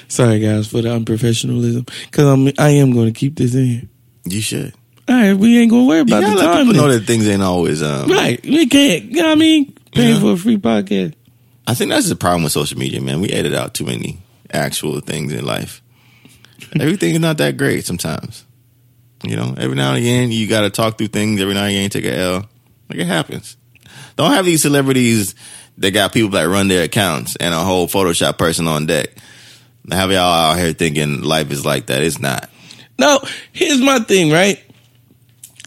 Sorry guys for the unprofessionalism. Cause I'm I am gonna keep this in here.
you should.
All right, we ain't gonna worry
You
about
gotta
the
let
time.
people know
then.
that things ain't always. Um,
Right, we can't. You know what I mean, paying
Yeah.
for a free podcast.
I think that's the problem with social media, man. We edit out too many actual things in life. Everything is not that great sometimes. You know, every now and again you got to talk through things. Every now and again you take a L. Like it happens. Don't have these celebrities that got people that run their accounts and a whole Photoshop person on deck. Have y'all out here thinking life is like that? It's not.
No, here's my thing. Right,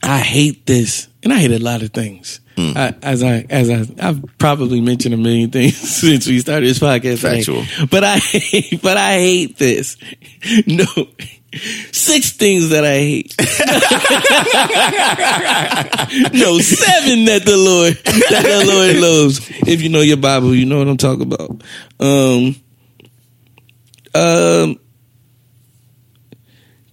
I hate this, and I hate a lot of things. I, as I as I I've probably mentioned a million things [laughs] since [laughs] we started this podcast. today.
Factual.
but I but I hate this. [laughs] No, Six things that I hate. [laughs] no, seven that the Lord that the Lord loves. If you know your Bible, you know what I'm talking about. Um, um,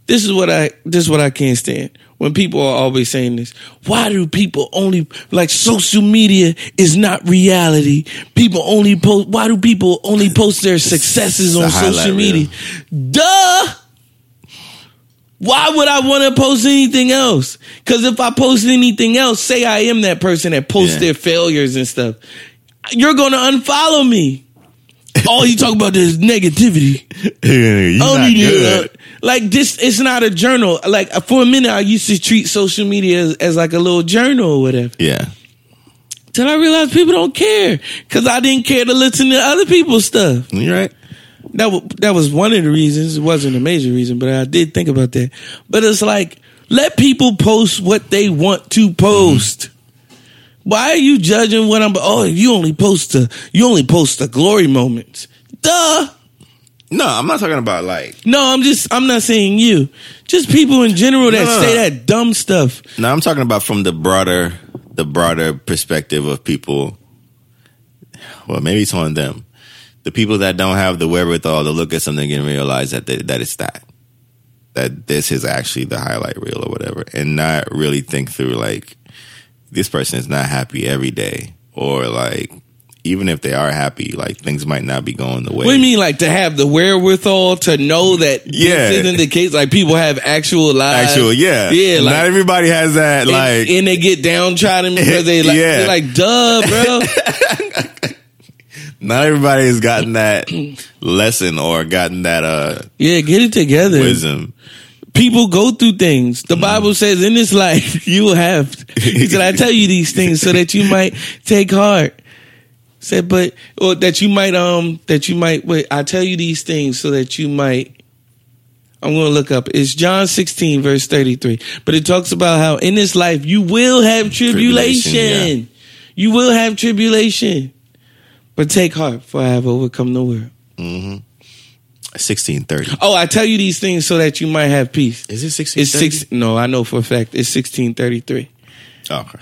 this is what I this is what I can't stand. When people are always saying this, why do people only like social media is not reality? People only post why do people only post their successes on
It's a highlight
social
reel.
media? Duh. Why would I want to post anything else? Cuz if I post anything else, say I am that person that posts
Yeah.
their failures and stuff. You're going to unfollow me. All you talk about is negativity.
you
I don't need to hear that. uh, Like this, it's not a journal. Like uh, for a minute, I used to treat social media as, as like a little journal or whatever.
Yeah.
Till I realized people don't care because I didn't care to listen to other people's stuff.
You're right.
That w- that was one of the reasons. It wasn't a major reason, but I did think about that. But it's like let people post what they want to post. Why are you judging what I'm? Oh, you only post the you only post the glory moments. Duh.
No, I'm not talking about like.
No, I'm just I'm not saying you. Just people in general that
No, no,
say
no.
that dumb stuff.
No, I'm talking about from the broader, the broader perspective of people. Well, maybe it's on them. The people that don't have the wherewithal to look at something and realize that they, that it's that that this is actually the highlight reel or whatever, and not really think through like this person is not happy every day, or like even if they are happy, like things might not be going the way.
What do you mean like to have the wherewithal to know that
Yeah.
this isn't the case? Like people have actual lives.
Actual, yeah,
Yeah, like
not everybody has that.
and,
like,
and they get downtrodden
[laughs]
because they like
Yeah.
they're like, duh,
[laughs]
bro.
not everybody has gotten
[clears throat]
that lesson or gotten that uh
yeah, get it together.
wisdom.
people go through things. The Bible says in this life [laughs] you will have. He said, I tell you these things so that you might take heart. Said, but or that you might um that you might wait, I tell you these things so that you might I'm gonna look up. It's John sixteen, verse thirty three. But it talks about how in this life you will have tribulation.
Tribulation,
You will have tribulation. But take heart, for I have overcome the world.
Mm-hmm. Sixteen thirty.
Oh, I tell you these things so that you might have peace.
Is it sixteen?
It's six. No, I know for a fact it's sixteen thirty three.
Oh, okay.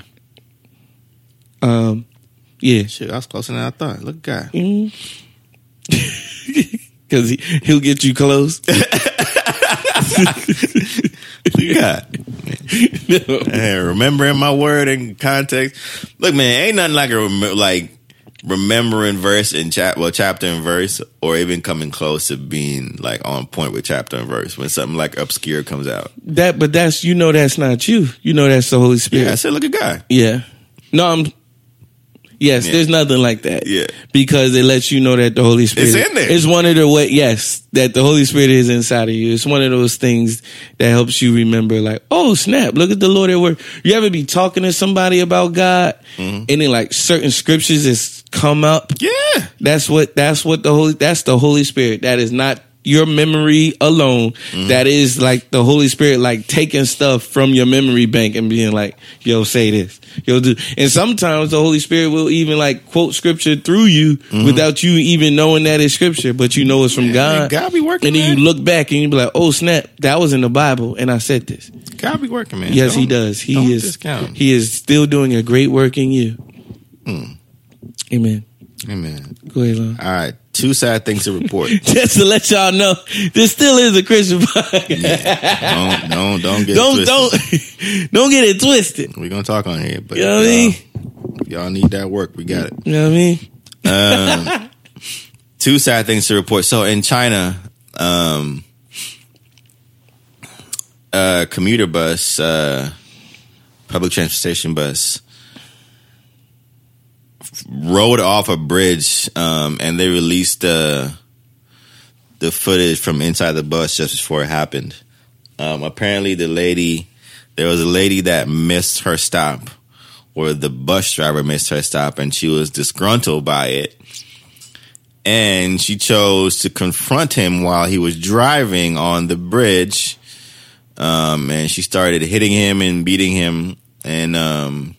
Um, yeah,
Shit, I was closer than I thought. Look, at God.
because he, he'll get you close.
Look, at God.
[laughs]
Hey, remembering my word in context. Look, man, ain't nothing like a rem- like remembering verse and chap well chapter and verse, or even coming close to being like on point with chapter and verse when something like obscure comes out.
that, but that's you know that's not you. You know that's the Holy Spirit.
Yeah, I said, look at God.
Yeah. No, I'm. Yes,
Yeah.
there's nothing like that.
Yeah.
Because it lets you know that the Holy Spirit
in there.
It's one of the what? Yes, that the Holy Spirit is inside of you. It's one of those things that helps you remember. Like, oh snap! Look at the Lord at work. You ever be talking to somebody about God,
Mm-hmm.
and then like certain scriptures just come up.
Yeah,
That's what that's what the holy that's the Holy Spirit. That is not your memory alone.
Mm-hmm.
That is like the Holy Spirit like taking stuff from your memory bank and being like, yo, say this. Yo do and sometimes the Holy Spirit will even like quote scripture through you
Mm-hmm.
without you even knowing that it's scripture, but you know it's from God.
God be working,
And then
man.
you look back and you be like, Oh snap, that was in the Bible and I said this.
God be working, man.
Yes, he
Don't-
does.
don't
He is
discount. Mm.
he is still doing a great work in you. Amen.
Amen.
Go ahead, Lon.
All right, two sad things to report.
[laughs] just to let y'all know, this still is a Christian [laughs]
don't
podcast.
don't don't get
don't
it twisted.
don't [laughs] don't get it twisted.
We're gonna talk on here, but
You know what I mean?
if y'all need that work. We got it.
You know what I mean?
two sad things to report. So in China, um, uh, commuter bus, uh, public transportation bus, rode off a bridge, um, and they released the the footage from inside the bus just before it happened. Um, apparently, the lady there was a lady that missed her stop, or the bus driver missed her stop, and she was disgruntled by it and she chose to confront him while he was driving on the bridge. Um, and she started hitting him and beating him, and um,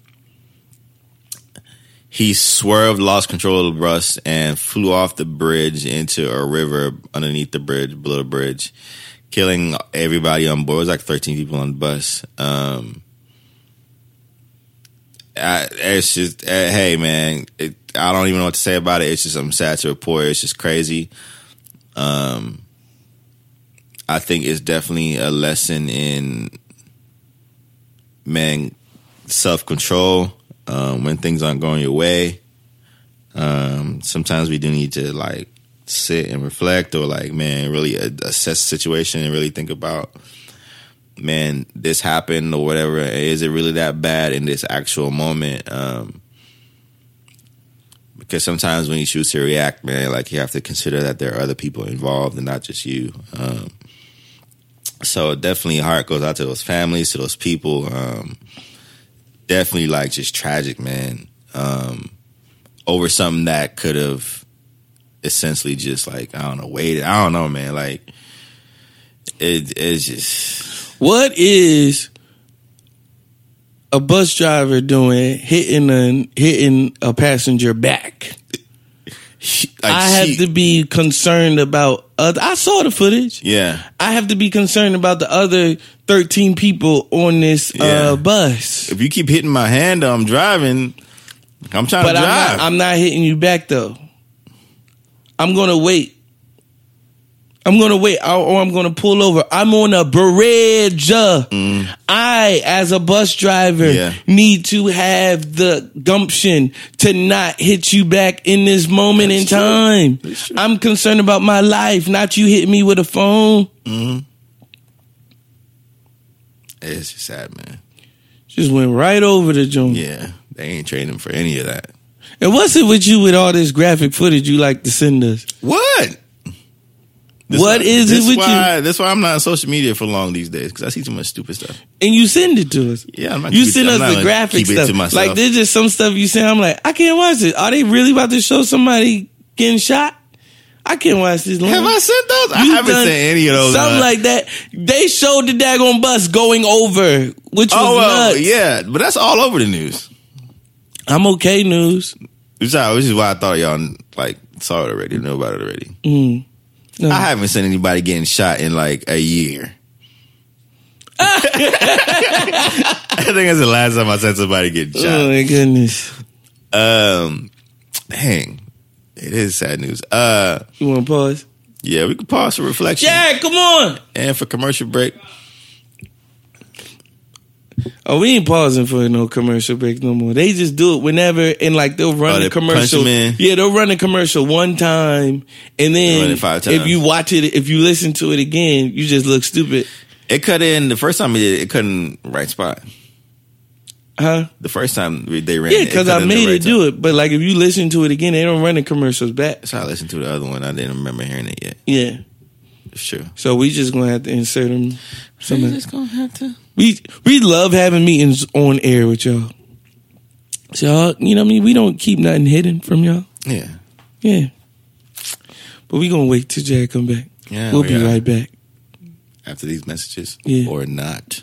he swerved, lost control of the bus, and flew off the bridge into a river underneath the bridge, below the bridge, killing everybody on board. It was like 13 people on the bus. Um, I, it's just, eh, hey man, it, I don't even know what to say about it. It's just, I'm sad to report. It's just crazy. Um, I think it's definitely a lesson in man self control um, when things aren't going your way. Um, sometimes we do need to like sit and reflect, or like man, really a- assess the situation and really think about man, this happened or whatever. Is it really that bad in this actual moment? Um, because sometimes when you choose to react, man, like you have to consider that there are other people involved and not just you. Um, so definitely, heart goes out to those families, to those people. Um, definitely, like just tragic, man. Um, over something that could have essentially just like I don't know, waited. I don't know, man. Like it, it's just
What is a bus driver doing hitting a hitting a passenger back?
like,
I have
she-
to be concerned about other. I saw the footage.
Yeah,
I have to be concerned about the other thirteen people on this
Yeah.
uh, bus.
if you keep hitting my hand, I'm driving. I'm trying
But
to
I'm
drive.
not, I'm not hitting you back though. I'm gonna wait. I'm gonna wait, or or I'm gonna pull over. I'm on a bridge. I, as a bus driver,
Mm. Yeah.
need to have the gumption to not hit you back in this moment in time. I'm concerned about my life, not you hitting me with a phone.
Mm-hmm. it's just sad, man.
Just went right over the joint.
Yeah, they ain't training for any of that.
And what's it with you with all this graphic footage you like to send us?
What? This
What
why,
is it
this
with
why, That's why I'm not on social media for long these days because I see too much stupid stuff.
and you send it to us.
Yeah, I'm not
you
keep-
send
I'm
us
not
the
gonna
graphic
keep it
stuff.
to myself.
Like there's just some stuff you send. I'm like, I can't watch it. Are they really about to show somebody getting shot? I can't watch this.
Have I sent those? I
You
haven't
done
sent any of those.
Something
uh,
like that. They showed the daggone bus going over, which
oh
was
well,
nuts.
yeah, but that's all over the news.
I'm okay. News.
Which is which is why I thought y'all like saw it already, knew about it already.
Mm. No.
I haven't seen anybody getting shot in like a year. [laughs] I think that's the last time I sent somebody getting
Oh
shot.
my goodness.
Um, dang, it is sad news. Uh,
You want to pause?
yeah, we can pause for reflection
Jack, come on.
and for commercial break.
Oh, we ain't pausing for no commercial break no more. They just do it whenever, and like they'll run
Oh,
a
they punch
commercial.
them in?
Yeah, they'll run a commercial one time, and
They
then
run it five
if
times.
you watch it, if you listen to it again, you just look stupid,
It cut in the first time we did it. It cut in right spot.
huh?
The first time we, they ran,
Yeah,
it, it
because
cut
I
in the
made
right
it do it. But like if you listen to it again, they don't run the commercials back.
So I listened to the other one. I didn't remember hearing it yet.
Yeah,
It's true.
so we just gonna have to insert them. Somehow. We just gonna have to. We we love having meetings on air with y'all. So y'all, you know what I mean. We don't keep nothing hidden from y'all.
Yeah,
Yeah. But we gonna wait till Jack come back.
Yeah,
we'll
we
be
are.
right back.
after these messages
Yeah.
or not.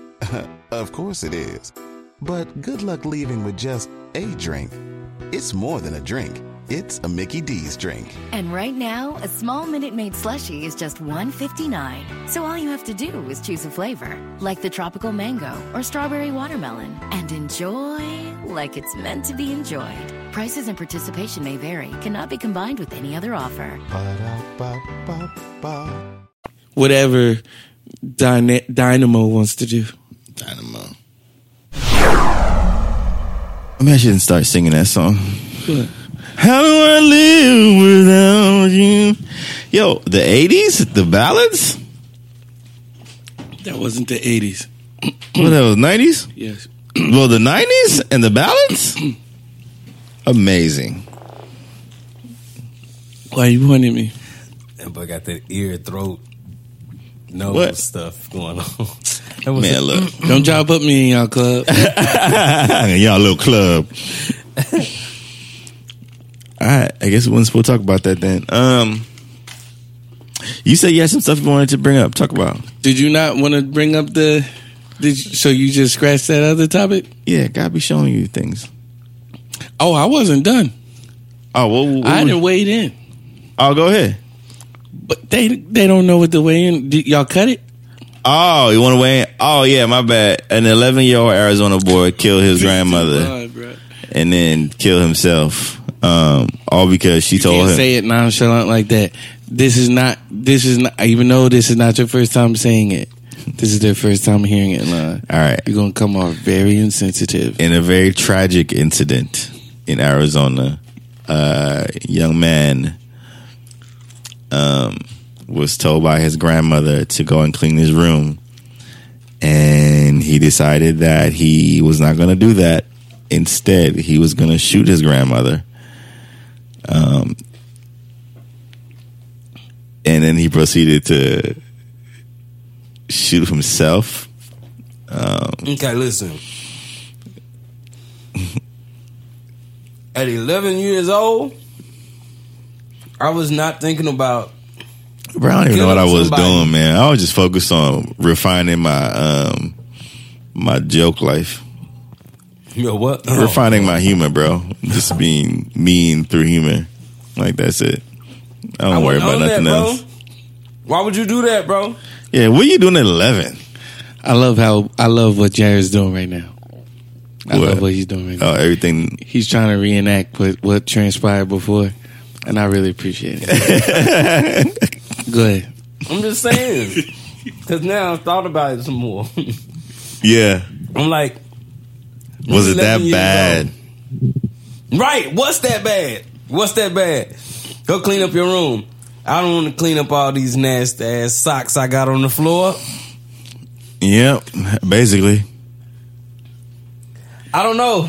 [laughs] of course it is. But good luck leaving with just a drink. It's more than a drink, it's a Mickey D's drink.
And right now, a small Minute Maid slushie is just $1.59. So all you have to do is choose a flavor, like the tropical mango or strawberry watermelon, and enjoy like it's meant to be enjoyed. Prices and participation may vary, cannot be combined with any other offer.
Ba-da-ba-ba-ba.
whatever Dyna- Dynamo wants to do.
Dynamo. Maybe I shouldn't start singing that song. How do I live without you? Yo, the 80s? The ballads?
That wasn't the '80s.
What that was, 90s?
Yes.
Well, the 90s and the ballads? Amazing.
Why you pointing at me?
That boy got that ear, throat, nose
What?
stuff going on. [laughs]
Man, look.
Don't y'all put me in y'all club.
Y'all little club. [laughs] All right, I guess once we'll talk about that then. Um, you said you had some stuff you wanted to bring up. Talk about.
[laughs] Did you not want to bring up the? Did you, so you just scratched that other topic?
Yeah, God be showing you things.
Oh, I wasn't done.
Oh, well, well,
I didn't wade in,
Oh, go ahead.
but they they don't know what the weigh in. Did y'all cut it?
Oh, you want to weigh in? Oh, yeah, my bad. An 11 year old Arizona boy killed his grandmother
God, bro.
and then killed himself. Um, all because she
Can't
told him.
say it nonchalant like that. This is not. This is not. Even though this is not your first time saying it, this is their first time hearing it. Lon.
All right.
you're gonna come off very insensitive.
in a very tragic incident in Arizona, a young man um, was told by his grandmother to go and clean his room. And he decided that he was not going to do that. Instead, he was going to shoot his grandmother. Um, and then he proceeded to shoot himself.
Okay, listen. At 11 years old, I was not thinking about
Bro, I don't even know what I
Killing
was
somebody.
doing, man. I was just focused on refining my um my joke life,
you know what?
refining my humor, bro. Just being mean through humor, like that's it. I don't
I
worry
wouldn't
about
own
nothing
that, bro.
else.
Why would you do that, bro?
Yeah, what are you doing at eleven?
I love how I love what Jared's doing right now. I
What?
love what he's doing right now.
Oh, everything.
He's trying to reenact what, what transpired before, and I really appreciate it.
[laughs]
Go ahead.
I'm just saying. Because now I've thought about it some more. [laughs]
Yeah,
I'm like,
was it that
11 years
bad?
Right. What's that bad? What's that bad? Go clean up your room. I don't want to clean up all these nasty ass socks I got on the floor.
Yep, basically.
I don't know.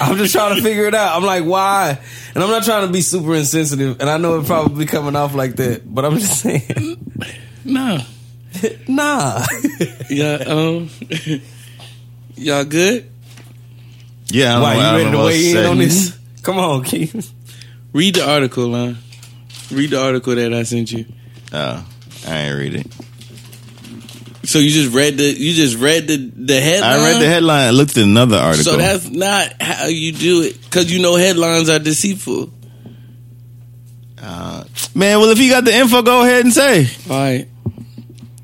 I'm just trying to figure it out. I'm like, why? And I'm not trying to be super insensitive. And I know it probably coming off like that, but I'm just saying,
No,
[laughs] nah.
yeah, um, [laughs] y'all good?
Yeah, I don't
Why
know, I
you
don't
ready
know
to
what
weigh in
say.
on this? Come on, Keith.
Read the article, man. Read the article that I sent you.
Oh, I ain't read it.
So you just read the you just read the the headline.
I read the headline. I looked at another article.
So that's not how you do it because you know headlines are deceitful.
man. Well, if you got the info, go ahead and say.
All right.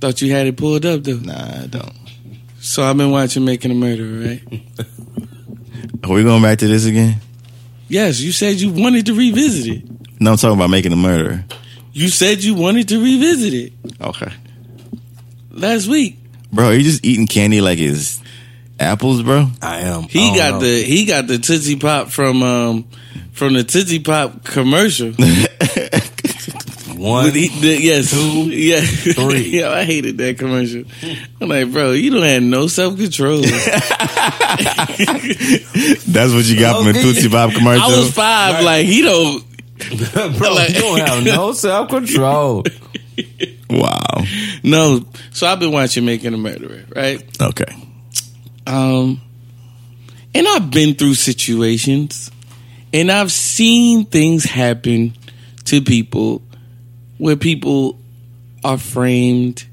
Thought you had it pulled up though.
Nah, I don't.
So I've been watching Making a Murderer, right?
Are we going back to this again?
Yes, you said you wanted to revisit it.
No, I'm talking about making a murderer.
You said you wanted to revisit it
Okay.
last week.
Bro, are you just eating candy like it's apples, bro?
I am.
He got the he got the Tootsie Pop from um from the Tootsie Pop commercial.
one.
With he- the- yes, [laughs] yeah, [laughs]
three.
yeah, I hated that commercial. I'm like, bro, you don't have no self control.
That's what you got from a
Okay.
Tootsie Bob
I
commercial?
was five, like he don't.
[laughs] Bro,
like-
you don't have no self control.
wow.
No, so I've been watching Making a Murderer, [laughs] right?
Okay.
Um, and I've been through situations, and I've seen things happen to people where people are framed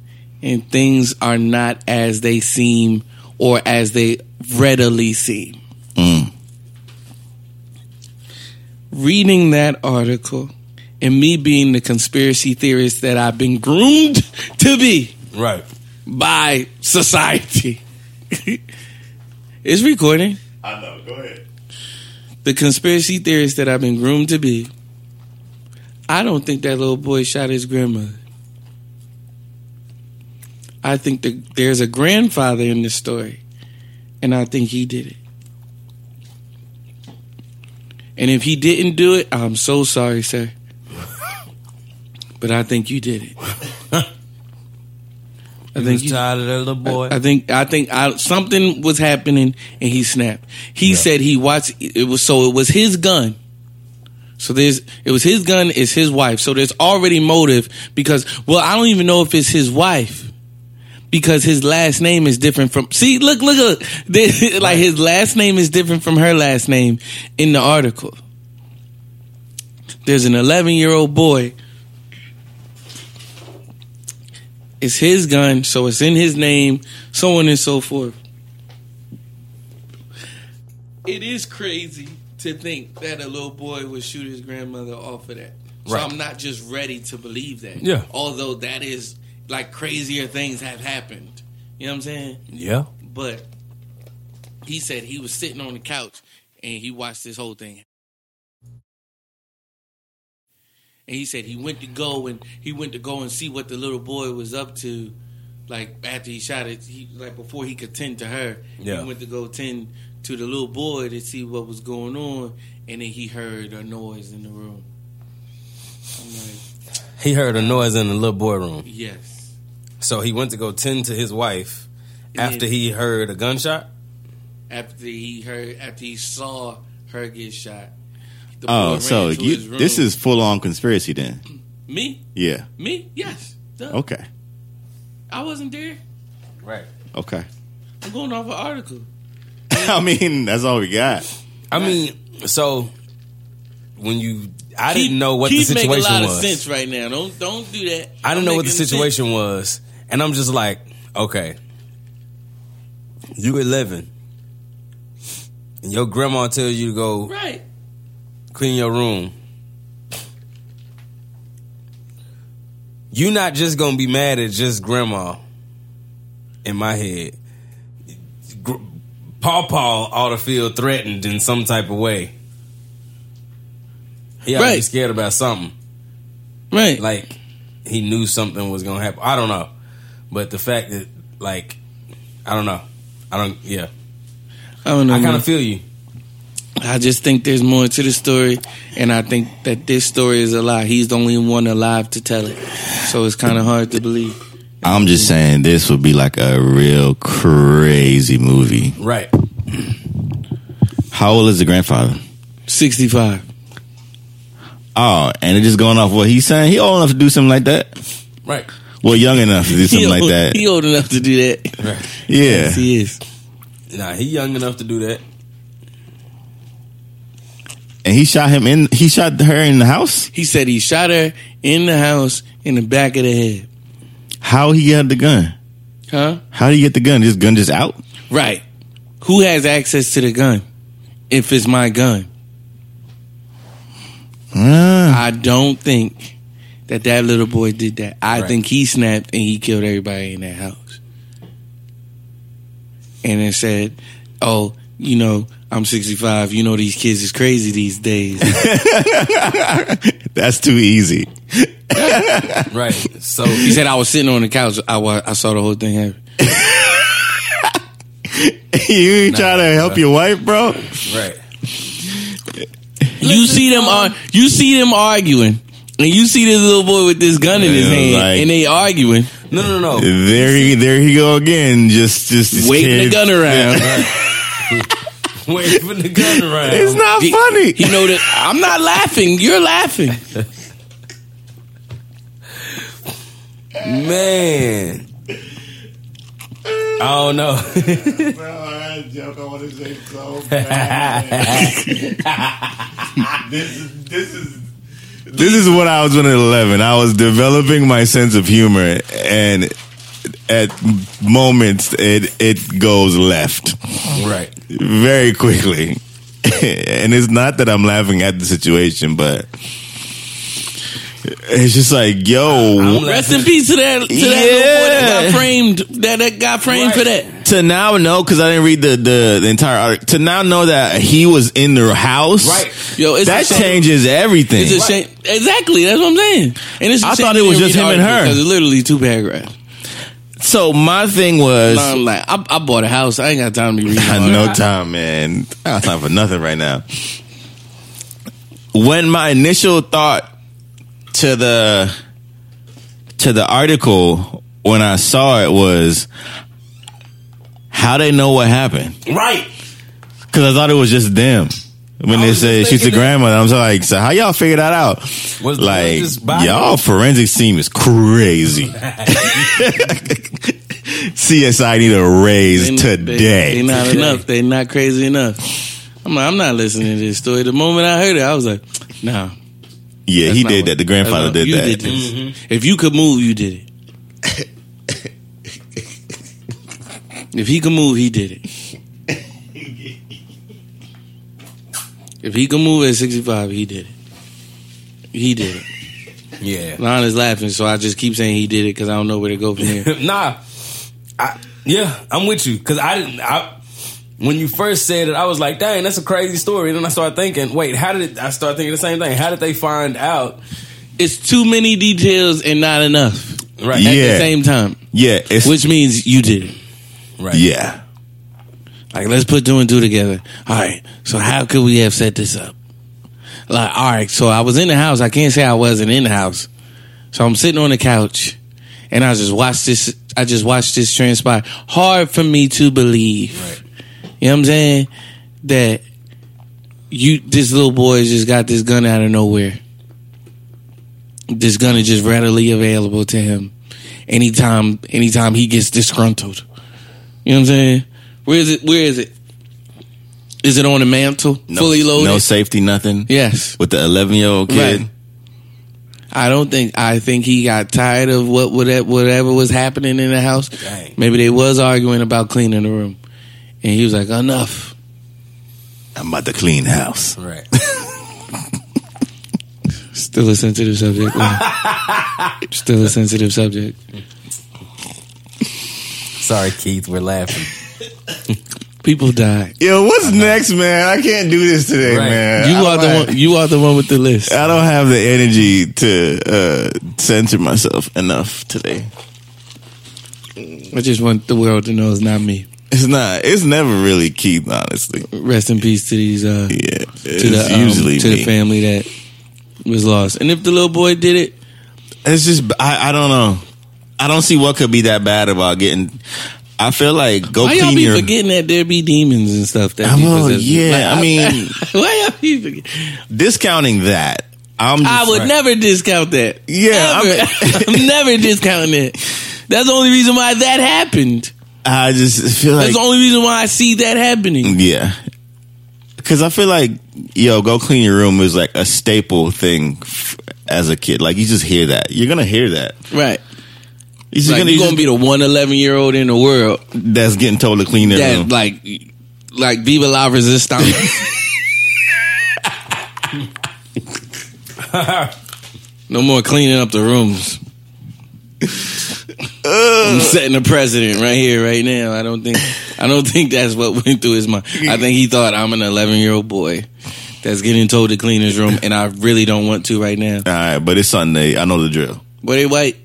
and things are not as they seem or as they readily seem. Reading that article and me being the conspiracy theorist that I've been groomed to be
Right.
by society. [laughs] it's recording.
I know. Go ahead.
The conspiracy theorist that I've been groomed to be. I don't think that little boy shot his grandmother. I think that there's a grandfather in this story, and I think he did it. And if he didn't do it, I'm so sorry, sir. but I think you did it. I
He was
think you,
tired of that little boy.
I think I think I, something was happening, and he snapped. He said he watched. It was so. It was his gun. So there's. It was his gun. It's his wife. So there's already motive because. Well, I don't even know if it's his wife because his last name is different from. See, look, look, look. [laughs] They- like his last name is different from her last name in the article. There's an 11 year old boy it's his gun, so it's in his name, so on and so forth. It is crazy to think that a little boy would shoot his grandmother off of that. So
Right.
I'm not just ready to believe that.
Yeah.
Although that is like crazier things have happened. You know what I'm saying?
yeah.
But he said he was sitting on the couch and he watched this whole thing. And he said he went to go and he went to go and see what the little boy was up to. Like after he shot it, he like before he could tend to her,
Yeah.
he went to go tend to the little boy to see what was going on, and then he heard a noise in the room. I'm like,
He heard a noise in the little boy room.
yes,
So he went to go tend to his wife
And
after
then-
he heard a gunshot.
after he heard after he saw her get shot. The boy
Oh,
ran
so
to his
you
room.
this is full on conspiracy then?
me,
Yeah.
me, yes. Duh.
Okay.
I wasn't there.
Right.
Okay. [laughs]
I'm going off an article.
I mean, that's all we got.
I mean, so when you, I didn't
Keep-
know what the
keep
situation
make a lot
was.
of sense right now. Don't don't do that.
I
I'm
didn't know what the
making sense.
situation was, and I'm just like, okay, you 11, and your grandma tells you to go
Right.
clean your room. You're not just gonna be mad at just grandma. In my head, Gr- Paw Paw ought to feel threatened in some type of way. He ought to be
Right.
scared about something.
Right. Like
Like he knew something was gonna happen. I don't know, but the fact that like I don't know, I don't. Yeah,
I don't know.
I kind
man.
of feel you.
I just think there's more to the story, and I think that this story is a lie. He's the only one alive to tell it, so it's kind of hard to believe.
I'm just saying this would be like a real crazy movie.
Right.
How old is the grandfather?
Sixty-five.
Oh, and it just going off what he's saying. He old enough to do something like that.
Right.
Well, young enough to do something
he
[laughs]
like
old,
that.
He old enough to do that.
Yeah.
Yes, he is.
Nah, he young enough to do that.
And he shot him in. He shot her in the house.
He said he shot her in the house in the back of the head.
How he got the gun?
Huh?
How do you get the gun? This gun just out?
Right. Who has access to the gun? If it's my gun,
Uh,
I don't think that that little boy did that. I
Right.
think he snapped and he killed everybody in that house. And it said, "Oh, you know, I'm 65. You know, these kids is crazy
[laughs]
these days."
that's too easy. [laughs]
Right.
[laughs]
So
he said, "I was sitting on the couch. I wa- I saw the whole thing happen."
you ain't trying to help your wife, bro.
right.
you see them
um,
ar- you see them arguing, and you see this little boy with this gun in his
Yeah,
hand,
like-
and they arguing.
No, no, no. no.
There, he, there he go again. Just, just this
waving the
kid.
gun around.
Waving the gun around.
[laughs] It's not
He-
funny.
He know that I'm not laughing. You're laughing.
Man. I don't know. [laughs]
I joke. I want to say
[laughs]
so. this is this is this is what I was when at eleven. I was developing my sense of humor, and at moments it it goes left
right.
very quickly. [laughs] and it's not that I'm laughing at the situation, but it's just like, yo,
Rest in peace to that to that little boy
Yeah.
that got framed. That that got framed for that.
to now know because I didn't read the, the the entire article. To now know that he was in the house,
Right.
Yo, it's a
that
shame.
changes everything.
It's a shame. Exactly. That's what I'm saying. And it's a
I
shame
thought
you
it was
didn't
just
read the
him and
article,
her.
'cause It's literally two paragraphs.
So my thing was
I'm like, I, I bought a house. I ain't got time to
[laughs]
be reading.
Got
all that.
no time, man. I got time for nothing right now. When my initial thought to the to the article when I saw it was how they know what happened
Right.
because I thought it was just them when
I
they
was
said
just
she's the
thinking that.
grandmother. I'm so like, so how y'all figure that out?
Was- was
like
this Bible?
y'all forensics team is
[laughs]
crazy. CSI need a raise
They- they-
today.
They, not enough. They not crazy enough. I'm like, I'm not listening to this story. The moment I heard it, I was like, Nah.
Yeah,
that's
he
not
did
what-
that. The grandfather
that's
did
not- Uh, you
that.
Did this. If you could move, you did it. if he could move, he did it. If he could move at 65, he did it. He did it.
Yeah.
Lon is laughing, so I just keep saying he did it because I don't know where to go from here.
nah, I, yeah, I'm with you because I didn't. I when you first said it, I was like, "Dang, that's a crazy story." And then I started thinking, "Wait, how did it?" I started thinking the same thing. How did they find out?
it's too many details and not enough
Right.
at
Yeah.
the same time,
Yeah, it's
which means you did it.
Right.
yeah,
Like, let's put two and two together. All right. So how could we have set this up? Like, all right. So I was in the house. I can't say I wasn't in the house. So I'm sitting on the couch, and I just watched this. I just watched this transpire. Hard for me to believe. You know what I'm saying? That you, this little boy, just got this gun out of nowhere. This gun is just readily available to him. Anytime, anytime he gets disgruntled. You know what I'm saying? Where is it? Where is it? Is it on the mantle,
no,
fully loaded?
no safety, nothing.
yes.
with the eleven year old kid.
Right. I don't think. I think he got tired of what whatever, whatever was happening in the house.
Dang.
Maybe they was arguing about cleaning the room, and he was like, "Enough."
I'm about to clean house.
Right. [laughs]
Still a sensitive subject. [laughs] man. Still a sensitive subject.
Sorry, Keith. We're laughing.
People die.
Yo, what's next, man? I can't do this today,
Right.
man.
You
I
are
don't
the
have-
one. You are the one with the list.
I don't have the energy to uh, censor myself enough today.
I just want the world to know it's not me.
It's not. It's never really Keith, honestly.
Rest in peace to these. Uh,
Yeah, it's
to the um,
usually
to
me.
the family that was lost. And if the little boy did it,
It's just I, I don't know. I don't see what could be that bad about getting. I feel like go
why
clean
y'all be
your.
forgetting that there be demons and stuff? That
I
be
will,
possessed?
yeah, I mean-
[laughs] why y'all be forgetting?
Discounting that, I'm. Just,
I would never discount that.
Yeah,
Ever. [laughs] I'm, never discounting it. That's the only reason why that happened.
I just feel like
That's the only reason why I see that happening.
Yeah. Cause I feel like yo, go clean your room is like a staple thing f- as a kid. Like you just hear that. You're gonna hear that.
Right.
You're just
Like,
gonna,
you're gonna be the one 11 year old in the world
be that's getting told to clean their
that
room.
like like Viva La [laughs] Resistance. no more cleaning up the rooms. I'm setting a precedent right here, right now. I don't think I don't think that's what went through his mind. I think he thought I'm an 11 year old boy that's getting told to clean his room, and I really don't want to right now.
All right, but it's Sunday. I know the drill.
But they white.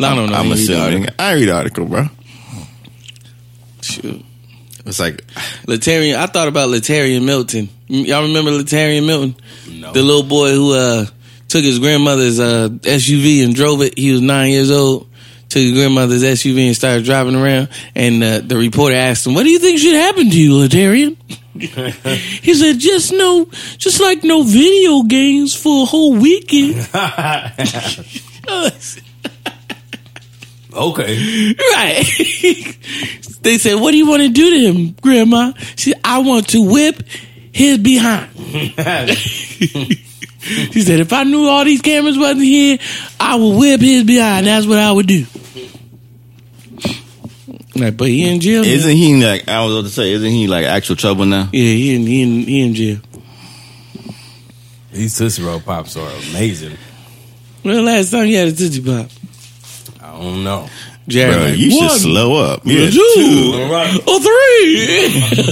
I don't know.
I'm
You read the
assuming.
article.
I read the article, bro.
Shoot.
It's like
Letarian. I thought about Letarian Milton. Mm, Y'all remember Letarian Milton? The little boy who uh, took his grandmother's uh, SUV and drove it. He was nine years old. Took his grandmother's SUV and started driving around. And uh, the reporter asked him, "What do you think should happen to you,
[laughs]
Letarian?" he said, "Just no, just like no video games for a whole weekend."
Okay.
Right. they said, What do you want to do to him, Grandma? She said, I want to whip his behind. [laughs] she said, If I knew all these cameras wasn't here, I would whip his behind. That's what I would do. Like, but he in jail. now.
isn't he like I was about to say, isn't he like actual trouble now?
Yeah, he in, he in, he in jail.
These Tootsie Roll Pops are amazing.
When the last time you had a Tootsie Pop?
I don't know.
Jared,
Bro,
like,
you
one,
should slow up.
or
Yeah,
two,
Right.
or Oh, three.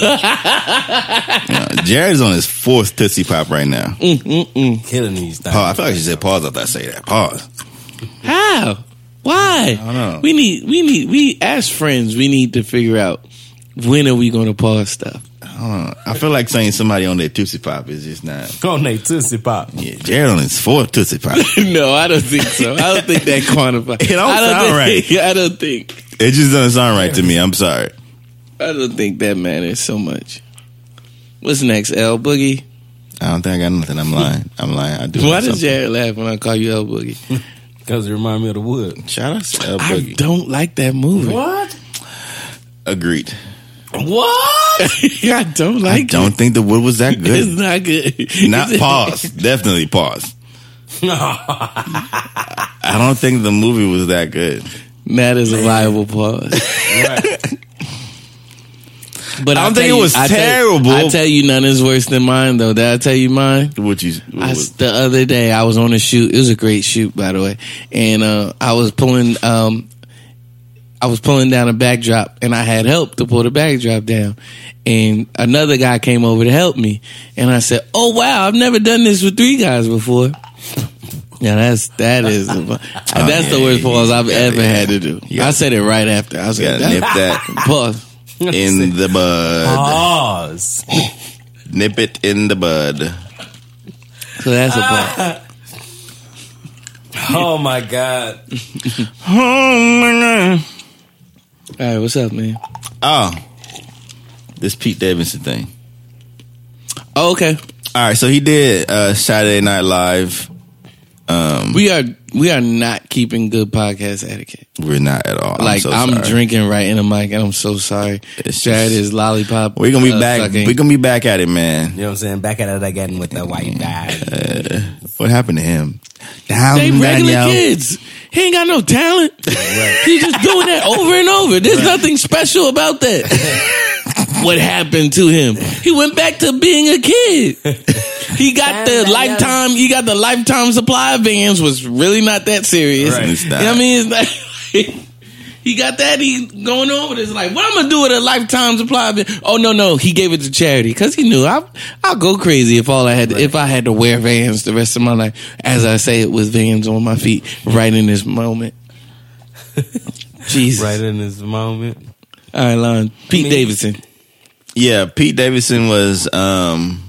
Jared's on his fourth Tootsie Pop right now.
Mm.
Killing these things.
Pause. I feel like she said pause after I say that. Pause.
How? Why?
don't know.
We need we need we as friends we need to figure out when are we going to pause stuff.
Uh, I feel like saying somebody on their Tootsie Pop is just not.
on they Tootsie Pop.
Yeah, Jared on his fourth Tootsie
[laughs]
Pop.
[laughs] no, I don't think so. I don't think [laughs] that quantifies.
It don't
I don't
sound
think, right. [laughs] I don't think.
It just doesn't sound right to me. I'm sorry.
I don't think that matters so much. What's next, L Boogie?
I don't think I got nothing. I'm lying. I'm lying. I do.
Why
have
does
something.
Jared laugh when I call you L Boogie?
Because it remind me of the wood.
Shout out to El
I
Boogie.
don't like that movie.
What?
Agreed.
What?
I don't
I,
like. it.
don't think the wood was
[laughs]
that
It's
good.
not good. [laughs]
Not pause. Definitely pause. I don't think the movie was that good.
That is a viable pause. But
I don't
I'll
think
tell
it was
I tell-
terrible.
I tell you, none is worse than mine, though. Did I tell you mine?
[laughs] What you? What
I s
was,
the other day I was on a shoot. It was a great shoot, by the way. And uh, I was pulling, um, I was pulling down a backdrop, and I had help to pull the backdrop down. And another guy came over to help me, and I said, "Oh wow, I've never done this with three guys before." Yeah, that's that is the-
Oh,
that's the worst pause I've ever had to do.
Yeah.
I said it right after. I was
gotta
like,
nip
that, [laughs]
that
pause.
in the
Oh.
bud.
[laughs] Pause.
Nip it in the bud.
So that's a pause.
Oh my God.
All right, what's up, man?
Oh, this Pete Davidson thing.
Oh, okay,
All right, so he did uh, Saturday Night Live. Um,
we are we are not keeping good podcast etiquette.
We're not at all.
like
so
I'm
sorry.
drinking right in the mic, and I'm so sorry.
It's
Jared
just-
is lollipop.
We're gonna be
uh,
back.
sucking.
We're gonna be back at it, man.
You know what I'm saying? Back at it again with the white guy.
What happened to him? Down,
they regular
Danielle.
kids. He ain't got
[laughs]
no talent. He just doing that over and over. There's nothing special
[laughs]
about that. what happened to him? He went back to being a
[laughs]
kid. He got the lifetime. He got the lifetime supply of Vans. Was really not that serious.
Right. It's
You know
not.
what I mean, it's not. [laughs] He got that. He going on with it. It's like, what I'm gonna do with a lifetime supply? Of Vans? Oh no, no, he gave it to charity because he knew I I'll go crazy if all I had to, if I had to wear Vans the rest of my life. As I say it with Vans on my feet, right in this moment. [laughs] Jesus.
Right in this moment.
All right, Lon. Pete
mean-
Davidson.
Yeah, Pete Davidson was um,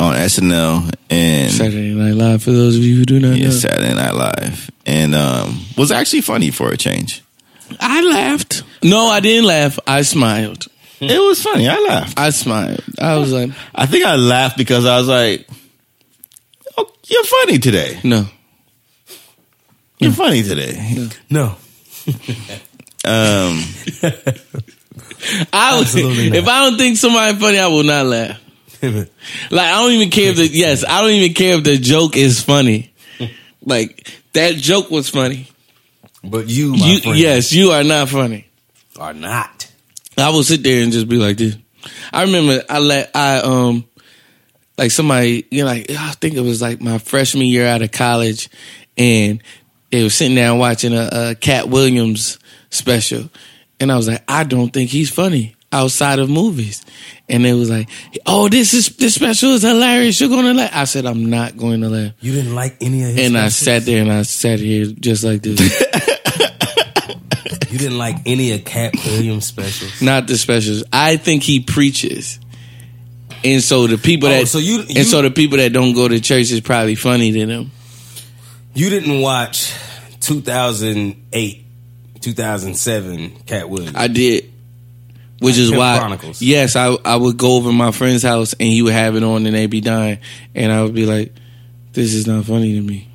on SNL and
Saturday Night Live. For those of you who do not
yeah,
know,
Saturday Night Live, and um, was actually funny for a change.
I laughed. No, I didn't laugh. I smiled.
It was funny. I laughed.
I smiled. I was like,
I think I laughed because I was like, "Oh, you're funny today.
no. Hmm.
You're funny today."
No.
Um,
I would,
Absolutely not.
if I don't think somebody funny, I will not
[laughs]
laugh.
That's
Like I don't even care if the yes, I don't even care if the joke is funny. Like that joke was funny.
But you, my
You
friend,
yes, you are not funny.
are not.
I will sit there and just be like this. I remember I let I um like somebody you know like I think it was like my freshman year out of college, and they were sitting there watching a, a Cat Williams special, and I was like, I don't think he's funny outside of movies, and they was like, Oh, this is this special is hilarious. You're gonna laugh. I said, I'm not going to laugh,
You didn't like any of his
and I
specials?
sat there and I sat here just like this. [laughs]
You didn't like any of Cat Williams specials.
not the specials. I think he preaches, and so the people
Oh,
that
so you- you-
and so the people that don't go to church is probably funny to them.
You didn't watch 2008, 2007 Cat Williams.
I did, which is
Pimp
why
Chronicles.
yes, I I would go over to my friend's house and he would have it on and they'd be dying, and I would be like, this is not funny to me.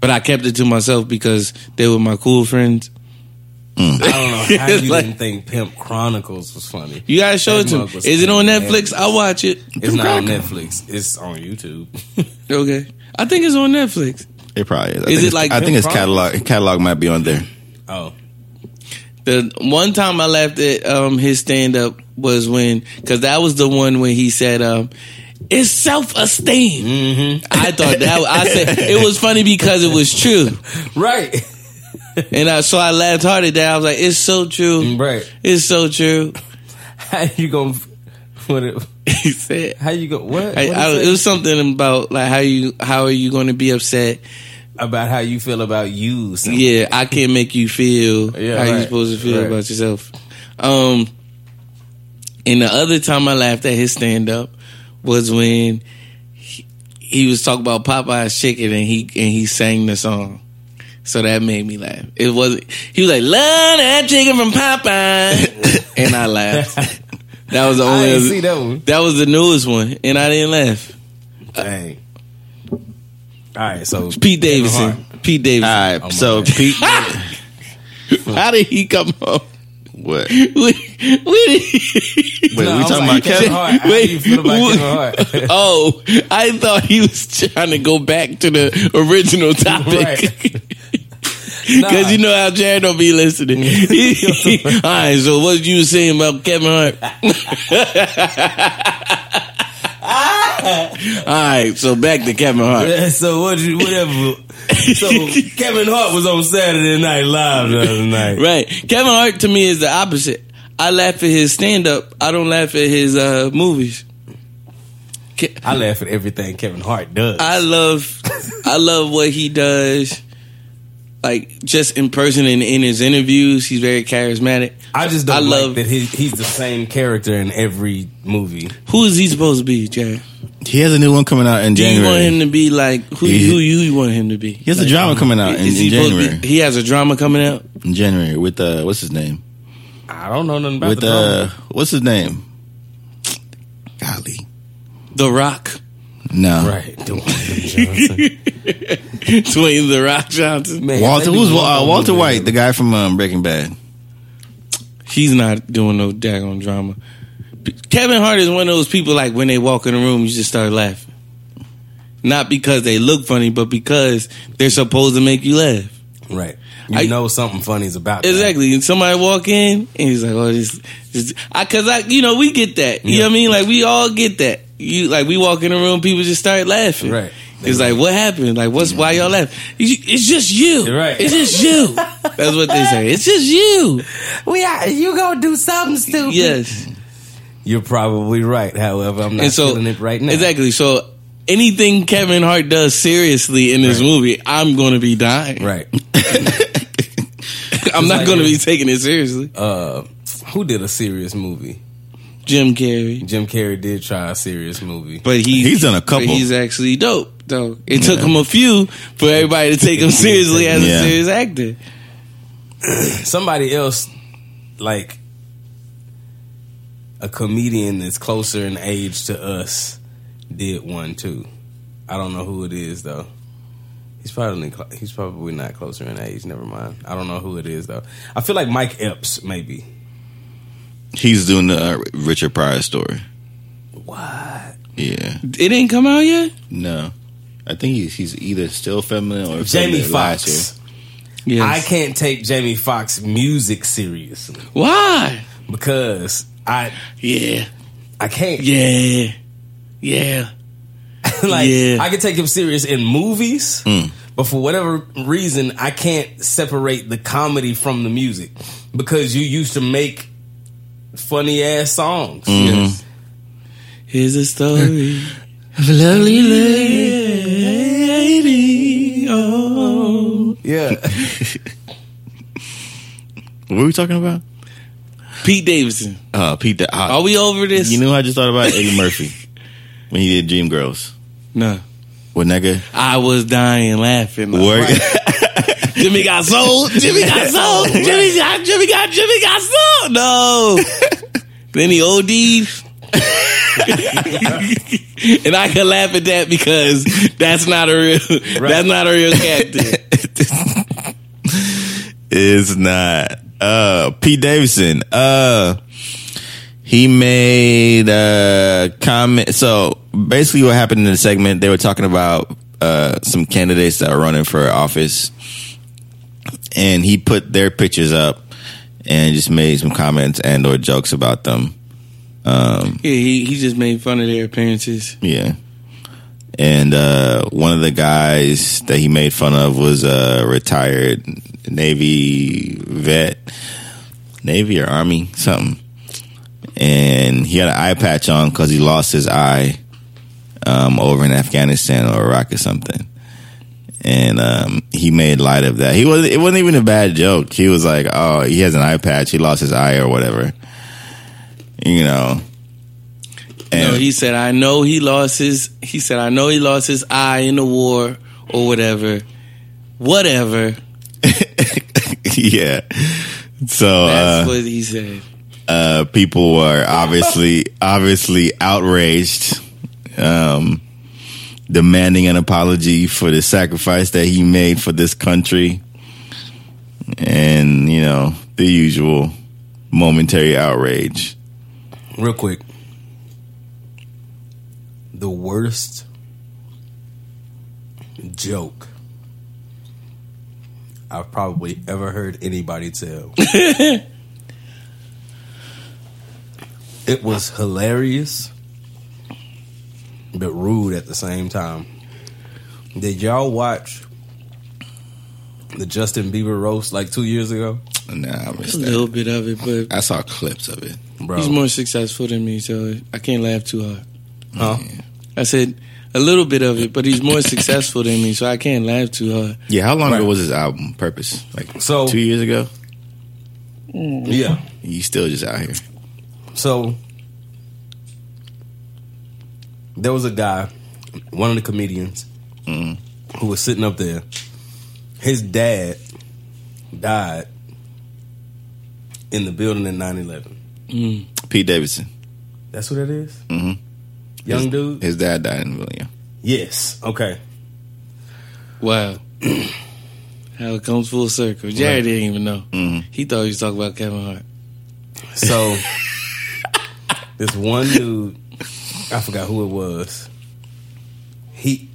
But I kept it to myself because they were my cool friends.
I don't know how
[laughs]
you
Like-
didn't think Pimp Chronicles was funny.
You gotta show
That
it to
mug
me.
was
Is it on
hilarious.
Netflix? I watch it.
It's not on Netflix. It's on YouTube.
[laughs] Okay, I think it's on Netflix.
it probably is. I
Is
think
it
it's-
like
I think
Pimp
his catalog catalog might be on there.
oh,
The one time I laughed at um, his stand up was when, because that was the one when he said, um, it's self esteem.
Mm-hmm.
I thought that I said it was funny because it was true,
right,
and I, so I laughed hard at that. I was like, "It's so true,
[laughs] right.
it's so true." [laughs]
How you gonna? What? It,
He said,
how you go? What?
I,
What
I,
is
"It
it?
was something about like how you how are you going to be upset
about how you feel about you. So
Yeah, I can't make you feel
Yeah,
how you're
right,
supposed to feel
right.
about yourself. Um, and the other time I laughed at his stand up was when he, he was talking about Popeye's chicken and he and he sang the song. So that made me laugh. It was he was like, "Love that chicken
[laughs]
from Popeye," and I laughed. That was the
I
only.
didn't see that one.
that was the newest one, and I didn't laugh. Uh,
Dang. All right, so
Pete Davidson. Pete Davidson.
All right, so
[laughs]
Pete,
How did he come up? [laughs]
what?
Where, where did he-
Wait, we talking about
Kevin
Kevin?
Hart. How
Wait,
you feel about
what-
Kevin
[laughs]
Hart?
Oh, I thought he was trying to go back to the original topic. Because you know how Jared don't be listening. [laughs] All right, so what you was saying about Kevin Hart? [laughs] All right, so back to Kevin Hart.
Yeah, [laughs] so what you whatever.
[laughs]
So Kevin Hart was on Saturday Night Live the other night.
Right, Kevin Hart to me is the opposite. I laugh at his stand up. I don't laugh at his uh, movies. Ke-
I laugh at everything Kevin Hart does.
I love I love what he does. Like just in person and in his interviews, he's very charismatic.
I just don't
I
like
love-
that he, he's the same character in every movie.
Who is he supposed to be, Jared?
He has a new one coming out in
Do you want him
January.
to be like who?
He-
Who you want him to be?
He has a drama coming out in, in
Is he supposed to be-
January.
he has a drama coming out.
In January with uh, what's his name?
I don't know nothing about
With
the drama.
uh, what's his name? Golly,
The Rock, [laughs]
no.
right. [laughs] Dwayne
Dwayne The Rock Johnson.
Man,
Walter,
that dude
who's
was
uh,
on
Walter
movie.
White, the guy from um, Breaking Bad?
He's not doing no daggone drama. P- Kevin Hart is one of those people like when they walk in the room, you just start laughing. Not because they look funny, but because they're supposed to make you laugh.
Right. You
I-
know something funny's about that.
Exactly. And somebody walk in and he's like, "Oh, this, this," I, cause I, you know, we get that. You know what I mean? Like we all get that. You like we walk in the room, people just start laughing.
Right.
It's like, what happened? Like, what's why y'all laughing? You- It's just you.
Right.
It's just
[laughs]
you. That's what they say. It's just you.
We are, you gonna do something stupid?
Yes.
You're probably right. However, I'm not
and so
feeling it right now.
exactly. So anything Kevin Hart does seriously in this movie, I'm going to be dying.
Right.
[laughs] I'm not
like-
going to be taking it seriously.
Uh, who did a serious movie?
Jim Carrey,
Jim Carrey did try a serious movie.
but he
He's done a
but
couple.
he's actually dope. Though it took him a few for everybody to
[laughs]
take him seriously as a
Yeah.
serious actor.
somebody else like a comedian that's closer in age to us did one too. I don't know who it is though. He's probably cl- he's probably not closer in age. Never mind. I don't know who it is though. I feel like Mike Epps maybe.
He's doing the uh, Richard Pryor story. What? Yeah.
It didn't come out yet.
No. I think he's, he's either still feminine or
Jamie
feminine last
Foxx.
Yes.
I can't take Jamie Foxx music seriously
Why?
because I
Yeah.
I can't.
Yeah. Yeah.
[laughs] like
Yeah. Mm.
I can take him serious in movies, but for whatever reason, I can't separate the comedy from the music because you used to make funny ass songs.
Mm-hmm. Here's a story.
year.
Yeah,
[laughs] What were we talking about?
Pete Davidson.
Uh, Pete. the- I,
Are we over this?
you know, I just thought about Eddie Murphy when he did Dreamgirls.
no.
Well, nigga,
I was dying laughing. Like,
work.
Jimmy [laughs] got sold. Jimmy got sold. Jimmy got Jimmy got Jimmy got sold. [laughs] No. then he OD'd. [laughs] and I can laugh at that because that's not a real that's not a [laughs] real captain.
is not. Uh, Pete Davidson. Uh, he made a comment. So basically, what happened in the segment, they were talking about uh, some candidates that are running for office, and he put their pictures up and just made some comments and or jokes about them. Um,
Yeah, he, he just made fun of their appearances.
Yeah. And uh, one of the guys that he made fun of was a retired Navy vet, Navy or Army, something. And he had an eye patch on because he lost his eye um, over in Afghanistan or Iraq or something. and um, he made light of that. He was it wasn't even a bad joke. He was like, "Oh, he has an eye patch. He lost his eye or whatever," you know. And
No, he said, I know he lost his. He said, I know he lost his eye in the war or whatever, whatever.
[laughs] yeah, so uh,
That's what he said.
uh, people were obviously obviously outraged, um, demanding an apology for the sacrifice that he made for this country, and you know the usual momentary outrage.
Real quick. The worst joke I've probably ever heard
[laughs]
anybody tell. it was hilarious, but rude at the same time. Did y'all watch the Justin Bieber roast like two years ago?
Nah, I missed
A
that.
little bit of it, but
I saw clips of it.
Bro.
he's more successful than me, so I can't laugh too hard.
Huh?
I said a little bit of it, but he's more successful than me, so I can't laugh too hard.
Yeah, how long
Right.
ago was his album? Purpose, like
So-
two years ago.
Yeah.
He's still just out here.
So there was a guy, one of the comedians,
Mm-hmm.
who was sitting up there. His dad died in the building in 9 11.
Pete Davidson,
That's what that is?
Mhm.
Young
His-
dude?
His dad died in William.
yes. Okay.
Wow. [clears throat] How it comes full circle. Jared didn't even know. He thought he was talking about Kevin Hart.
So
[laughs]
this one dude, I forgot who it was. He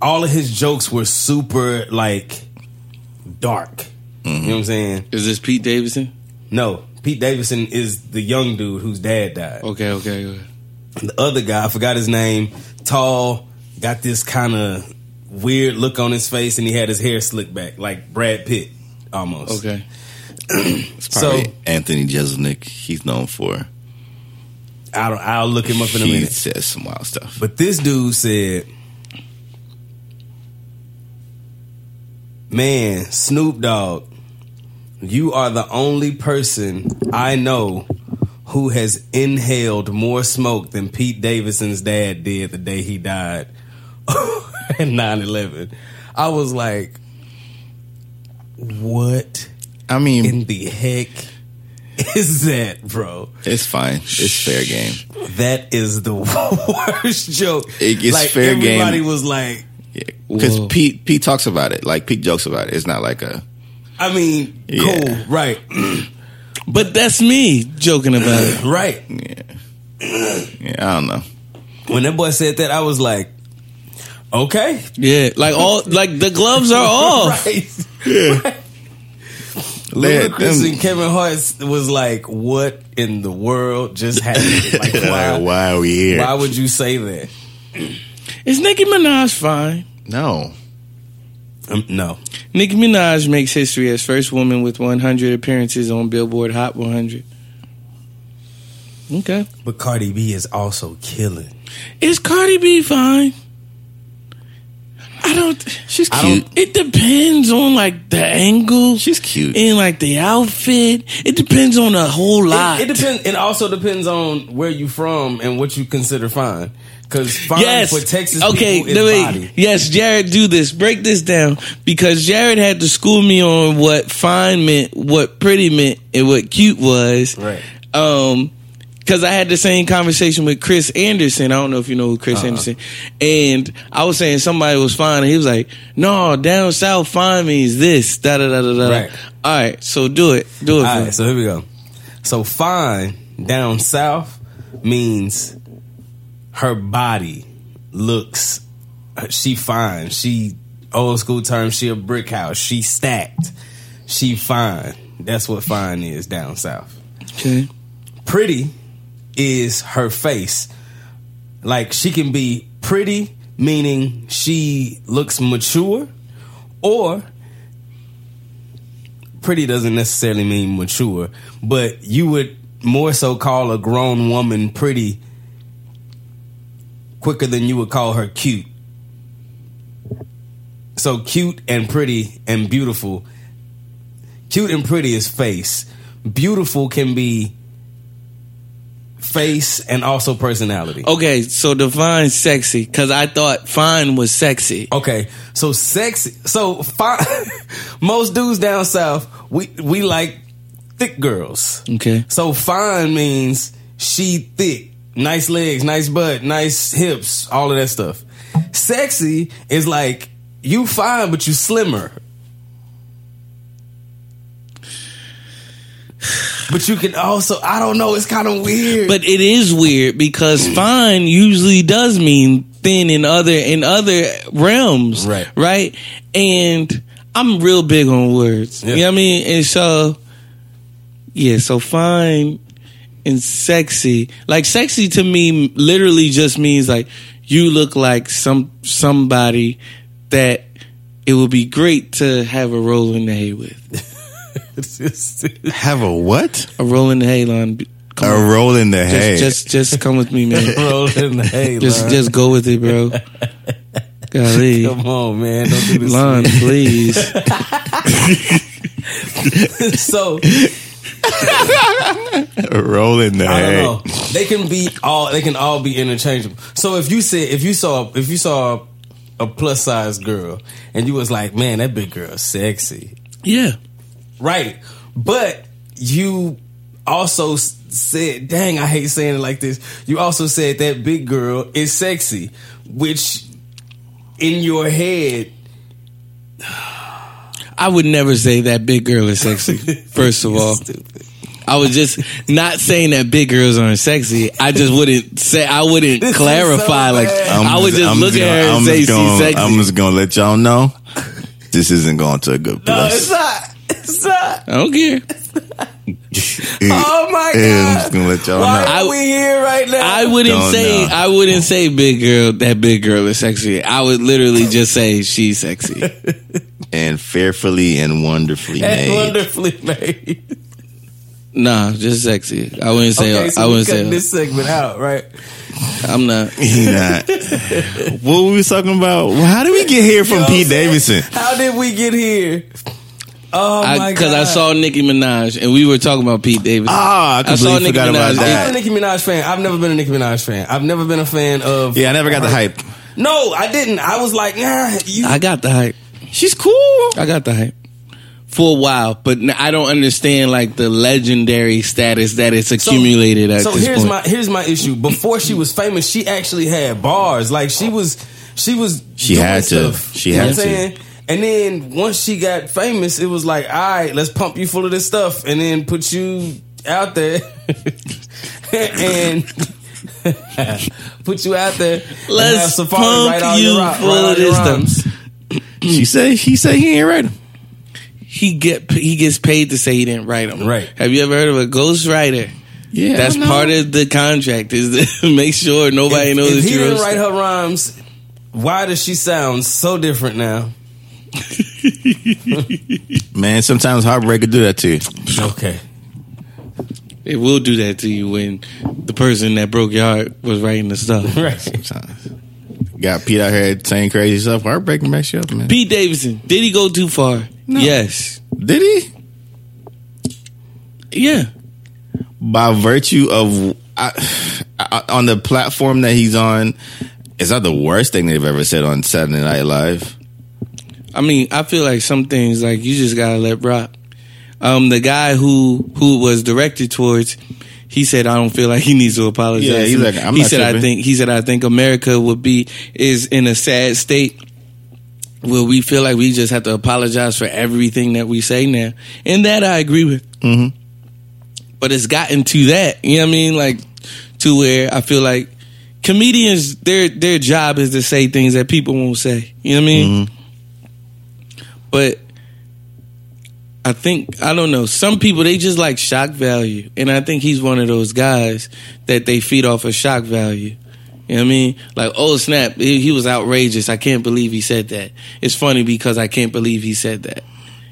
all of his jokes were super like dark. You know what I'm saying?
Is this Pete Davidson?
No, Pete Davidson is the young dude whose dad died.
Okay, okay, okay.
The other guy, I forgot his name, tall, got this kind of weird look on his face and he had his hair slicked back like Brad Pitt almost.
okay.
It's
So-
probably Anthony Jeselnik. He's known for.
I don't, I'll look him up in a
he
minute.
says some wild stuff.
But this dude said, Man, Snoop Dogg, you are the only person I know who has inhaled more smoke than Pete Davidson's dad did the day he died [laughs] in 9 11. I was like, What
I mean,
in the heck is that, bro?
it's fine. It's fair game.
That is the [laughs] worst joke.
It gets
like,
fair game.
everybody was like,
Because
Whoa.
Pete Pete talks about it. Like Pete jokes about it. It's not like a
I mean,
Yeah.
cool, right, [clears throat]
But that's me joking about it.
right.
yeah. yeah I don't know.
When that boy said that, I was like, okay, [laughs]
Yeah, like all like the gloves are off.
right.
Let
Ludacris
them-
and Kevin Hart was like, what in the world
[laughs]
just happened? Like, why?
Like, why are we here?
Why would you say that?
Is Nicki Minaj fine?
no.
Um, no,
Nicki Minaj makes history as first woman with 100 appearances on Billboard Hot 100. Okay.
but Cardi B is also killing.
Is Cardi B fine? I don't. She's
I
cute.
don't-
It depends on like the angle.
She's cute.
and like the outfit. It depends on a whole lot.
It, it depends. It also depends on where you from and what you consider fine. Because fine
Yes.
Um, for Texas
okay.
people is
no, wait.
body.
Yes, Jared, do this. Break this down because Jared had to school me on what fine meant, what pretty meant, and what cute was.
Right.
Um, because I had the same conversation with Chris Anderson. I don't know if you know who
Uh-huh.
Chris Anderson. And I was saying somebody was fine, and he was like, "No, down south fine means this." Da da da da da.
Right.
All right. So do it. Do it.
All
for me.
right, so here we go. So fine down south means her body looks she fine. She old school term, she a brick house. She stacked. She fine. That's what fine is down south.
Okay.
Pretty is her face. Like she can be pretty, meaning she looks mature, or pretty doesn't necessarily mean mature, but you would more so call a grown woman pretty quicker than you would call her cute. So cute and pretty and beautiful. Cute and pretty is face. Beautiful can be face and also personality.
Okay, so define sexy because I thought fine was sexy.
Okay, so sexy. So fi- [laughs] most dudes down south, we we like thick girls.
Okay.
So fine means she thick, nice legs, nice butt, nice hips, all of that stuff. Sexy is like you fine, but you slimmer. But you can also, I don't know, it's kind [laughs] of weird.
But it is weird because
Mm.
fine usually does mean thin in other in other realms.
Right.
Right? And I'm real big on words. You
Yeah.
know what I mean? And so yeah, so fine and sexy. Like sexy to me literally just means like you look like some somebody that it would be great to have a roll in the hay with.
Have a what?
A roll in the hay line. Come
A
on.
roll in the hay.
Just, just just come with me,
[laughs]
man.
Rolling the hay
Just
line.
just go with it, bro. Golly.
Come on, man. Don't do this.
Lon, please.
so
[laughs] a roll in the
I
hay.
don't know. They can be all. They can all be interchangeable. So if you said if you saw if you saw a plus size girl and you was like, man, that big girl is sexy,
yeah.
right? But you also s- said, dang, I hate saying it like this. You also said that big girl is sexy, which in your head, [laughs]
I would never say that big girl is
[laughs]
sexy. First of all. I was just not saying that big girls aren't sexy. I just wouldn't say I
[laughs]
wouldn't
is
clarify.
so
like
bad.
I would just look
gonna-
at her
I'm
and say
just
she's
gonna,
sexy.
I'm just gonna let y'all know this isn't going to a good
no,
place.
it's not. It's not.
I don't care.
Oh my
Yeah, [laughs] I'm just
god.
gonna let y'all
Why
know.
are
I-
we here right now?
I wouldn't
Don't
say
know.
I wouldn't say big girl that big girl is sexy. I would literally just say she's sexy.
[laughs]
And fearfully and wonderfully
That's
made.
[laughs] wonderfully made.
Nah, just sexy. I wouldn't say
Okay, [laughs] so
I
we
wouldn't say
cutting this segment out, right?
[laughs]
I'm not
He not. what were we talking about? Well, How did we get here from
You know
Pete
what I'm
Davidson?
How did we get here? Oh my
because
god!
I, saw Nicki Minaj and we were talking about Pete Davidson.
Ah, I
I saw
completely
Nicki
forgot about
Minaj.
I'm a
that.
Nicki Minaj fan. I've never been a Nicki Minaj fan. I've never been a fan of.
Yeah, I never got the hype.
No, I didn't. I was like, nah, you.
I got the hype.
She's cool.
I got the hype for a while, but n- I don't understand like the legendary status that it's accumulated at
so
this
here's
point.
my here's my issue. Before she was famous, she actually had bars. Like she was, she was.
She
doing
had to.
stuff.
She
You know
had
what I'm
to.
saying? And then once she got famous, it was like, all right, let's pump you full of this stuff, and then put you out there, [laughs] and [laughs] put you out there. and
Let's
have Safari
pump
write all
you
your, ro-
full
write all
of
your
this stuff.
rhymes.
She say he say he ain't right.
he get he gets paid to say he didn't write them.
Right.
Have you ever heard of a ghostwriter?
Yeah,
That's part of the contract is to make sure nobody
If,
knows
if
that
he
you
didn't
wrote
write
stuff.
her rhymes, why does she sound so different now?
man. Sometimes heartbreak could do that to you.
Okay.
It will do that to you when the person that broke your heart was writing the stuff.
[laughs] Right.
Sometimes. Got Pete out here saying crazy stuff. Heartbreak can mess you up, man.
Pete Davidson, did he go too far? Yes.
Did he?
Yeah.
by virtue of I, [sighs] I, on the platform that he's on, is that the worst thing they've ever said on Saturday Night Live?
I mean, I feel like some things like you just gotta let rock. Um, the guy who who was directed towards, he said, "I don't feel like he needs to apologize."
Yeah, he's like, I'm
he
not
said, "I
tripping."
think he said I think America would be is in a sad state where we feel like we just have to apologize for everything that we say now," and that I agree with. Mm-hmm. But it's gotten to that, you know what I mean? Like to where I feel like comedians their their job is to say things that people won't say. You know what I mean? but I think I don't know. Some people they just like shock value, and I think he's one of those guys that they feed off of shock value. You know what I mean? Like, oh snap, he, he was outrageous. I can't believe he said that. It's funny because I can't believe he said that.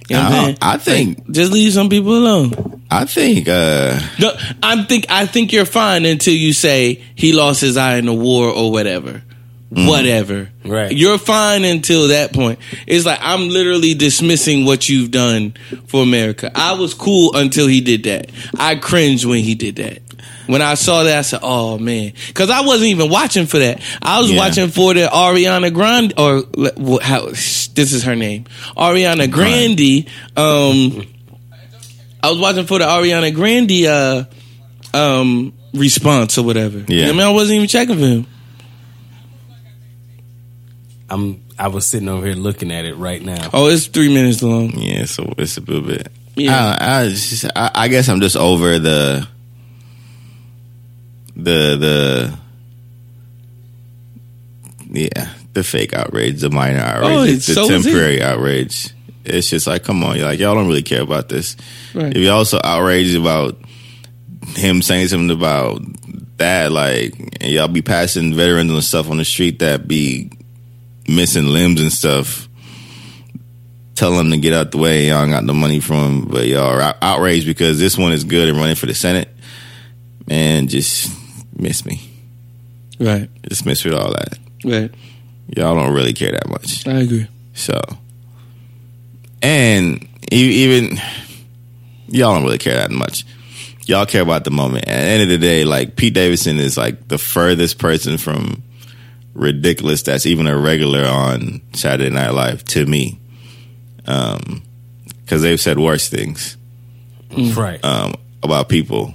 You know what I'm
I,
saying?
I think
Just leave some people alone.
I think uh,
No, I'm think I think you're fine until you say he lost his eye in the war or whatever.
whatever.
Right.
You're fine until that point. It's like I'm literally dismissing what you've done for America. I was cool until he did that. I cringed when he did that. When I saw that, I said, "Oh man," because I wasn't even watching for that. I was
Yeah.
watching for the Ariana Grande or wh- how this is her name, Ariana Grande. Um, I was watching for the Ariana Grande uh, um, response or whatever.
Yeah.
I mean, I wasn't even checking for him.
I'm I was sitting over here looking at it right now.
Oh, it's three minutes long.
Yeah, so it's a little bit.
Yeah.
I, I, just, I, I guess I'm just over the the the yeah the fake outrage, the minor outrage,
Oh,
the,
it's so is it.
temporary outrage. It's just like, come on, like y'all don't really care about this.
Right.
If y'all so outraged about him saying something about that, like and y'all be passing veterans and stuff on the street that be missing limbs and stuff. Tell them to get out the way. Y'all ain't got no money from 'em, but y'all are out- outraged because this one is good and running for the Senate. Man, just miss me.
Right.
Just miss with all that.
Right.
Y'all don't really care that much.
I agree.
So, and e- even y'all don't really care that much. Y'all care about the moment. At the end of the day, like Pete Davidson is like the furthest person from ridiculous that's even a regular on Saturday Night Live to me. Um, because they've said worse things
Right.
um, about people.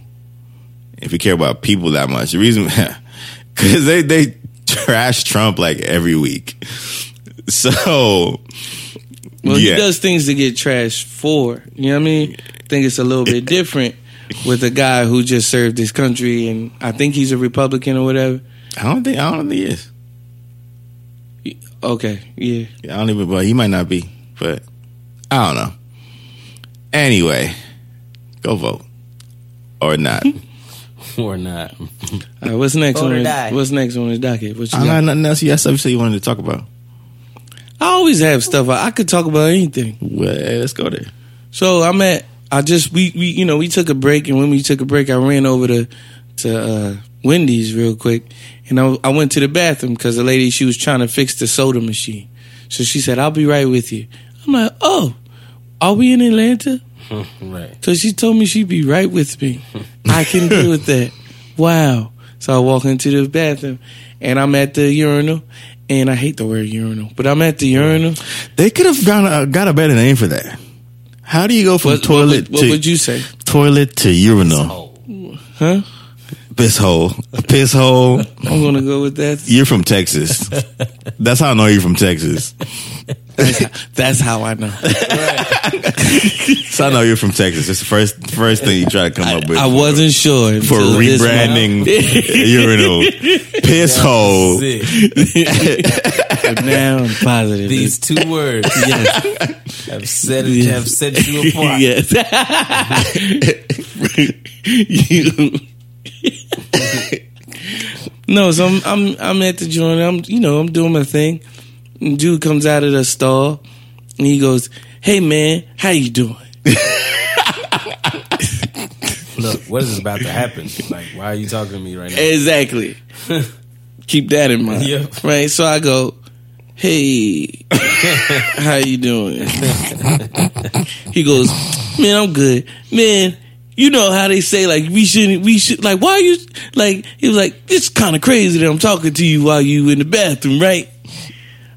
If you care about people that much, the reason [laughs] because they they trash Trump like every week. So
Well,
Yeah.
he does things to get trashed for. You know what I mean? I think it's a
[laughs]
little bit different with a guy who just served his country, and I think he's a Republican or whatever.
I don't think I don't think he is.
Okay. Yeah.
I don't even. Well, he might not be, but I don't know. Anyway, go vote or not.
[laughs] or not.
All right, what's next
Vote
on
or
his,
die.
What's next on his docket? What you
I got
got?
nothing else. Yes, obviously you wanted to talk about.
I always have stuff. I, I could talk about anything.
Well, let's go there.
So I'm at. I just we we you know we took a break, and when we took a break, I ran over to to uh, Wendy's real quick, and I, I went to the bathroom because the lady she was trying to fix the soda machine, so she said, "I'll be right with you." I'm like, "Oh, are we in Atlanta?"
[laughs] Right.
So she told me she'd be right with
[laughs]
me. I can deal with that. Wow. So I walk into the bathroom, and I'm at the urinal, and I hate the word urinal, but I'm at the urinal.
They could have got a, got a better name for that. How do you go from
What, what,
toilet
would, what
to
would you say?
toilet to urinal?
Huh?
Piss hole. A piss hole.
I'm gonna go with that.
You're from Texas. That's how I know you're from Texas.
That's how I know.
So I know you're from Texas. It's the first first thing you try to come up with.
I wasn't sure
for
until this
rebranding urinal piss hole.
Sick.
month. Now I'm positive.
These two words have set have set you [laughs] apart.
yes. you. no, so I'm, I'm I'm at the joint. I'm you know I'm doing my thing. And Dude comes out of the stall and he goes, "Hey man, how you doing?"
Look, what is about to happen? Like, why are you talking to me right now?
Exactly. [laughs] Keep that in mind.
Yeah.
Right. So I go, hey, how you doing? he goes, man, I'm good. Man, you know how they say like we shouldn't, we should like why are you like he was like it's kind of crazy that I'm talking to you while you in the bathroom, right?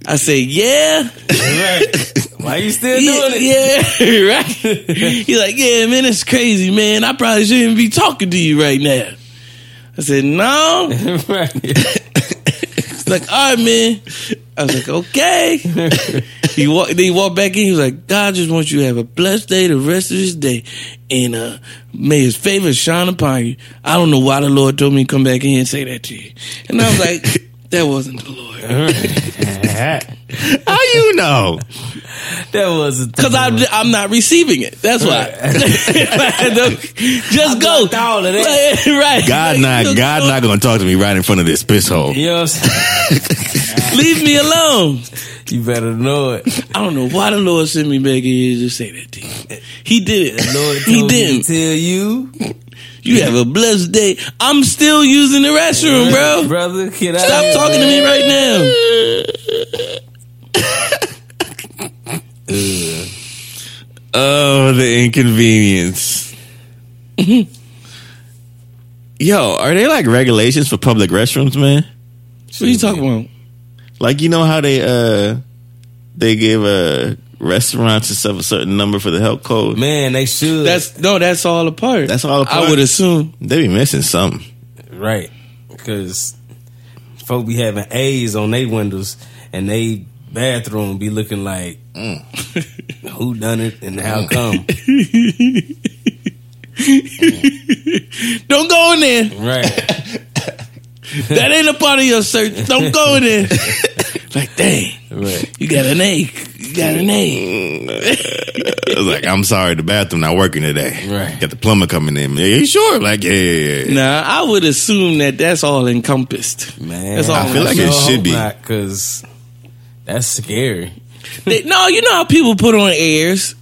I say, yeah, [laughs]
Why are you still
yeah,
doing it?
yeah, [laughs] right.
[laughs]
He's like, yeah, man, that's crazy, man. I probably shouldn't be talking to you right now. I said, no,
[laughs] right.
[laughs] He's like, all right, man. I was like, okay. he walked. Then he walked back in. He was like, God just wants you to have a blessed day, the rest of this day, and uh, may His favor shine upon you. I don't know why the Lord told me to come back in here and say that to you. And I was
[laughs]
like, that wasn't the Lord,
Uh-huh.
How you know?
That was
because I'm I'm not receiving it. That's why.
[laughs]
[laughs] just go.
blocked all of that.
[laughs] right.
God not
Look,
God
Lord,
not gonna talk to me right in front of this piss hole.
You know what I'm saying?
Leave me alone.
You better know it.
I don't know why the Lord sent me back in here to say that to you. [laughs] He did it.
Lord told
he
me
didn't.
to tell you. You have a blessed day. I'm still using the restroom, bro.
brother, can I?
Stop talking to me right
[laughs]
now. oh, the [laughs] inconvenience.
Yo, are they like regulations for public restrooms, man?
What are you talking about?
Like you know how they uh they give uh restaurants and stuff a certain number for the health code.
Man, they should.
That's no, that's all a part.
That's all a part?
I would assume.
They be missing something.
Right. Because folk be having A's on their windows and they bathroom be looking like mm,
[laughs]
who done it and how come.
Don't go in there.
right.
That ain't a part of your search. Don't go in there. like, dang,
Right.
you got an A. You got an A.
I was like, I'm sorry, the bathroom not working today.
Right.
Got the plumber coming in. Yeah, you sure? Like, yeah, yeah, yeah.
nah, I would assume that that's all encompassed.
Man.
That's all I feel
like it should be.
Because that's scary.
They, no, you know how people put on airs.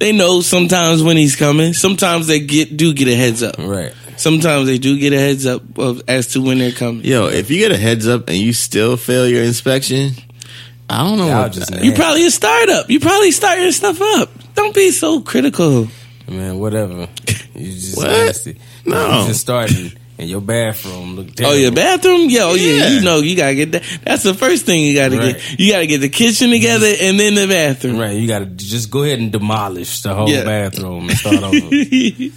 They know sometimes when he's coming. Sometimes they get do get a heads up.
Right.
Sometimes they do get a heads up of as to when they're coming.
Yo, if you get a heads up and you still fail your inspection, I don't know.
Y'all
What,
just
You
mad.
probably a startup. You probably starting stuff up. Don't be so critical.
Man, whatever. You just
What?
nasty.
No.
You just starting and your bathroom look
Oh,
terrible.
your bathroom? Yeah, oh yeah.
Yeah.
You know you gotta get that. That's the first thing you gotta
Right.
get. You gotta get the kitchen together and then the bathroom.
Right, you gotta just go ahead and demolish the whole
Yeah.
bathroom and start over.
[laughs]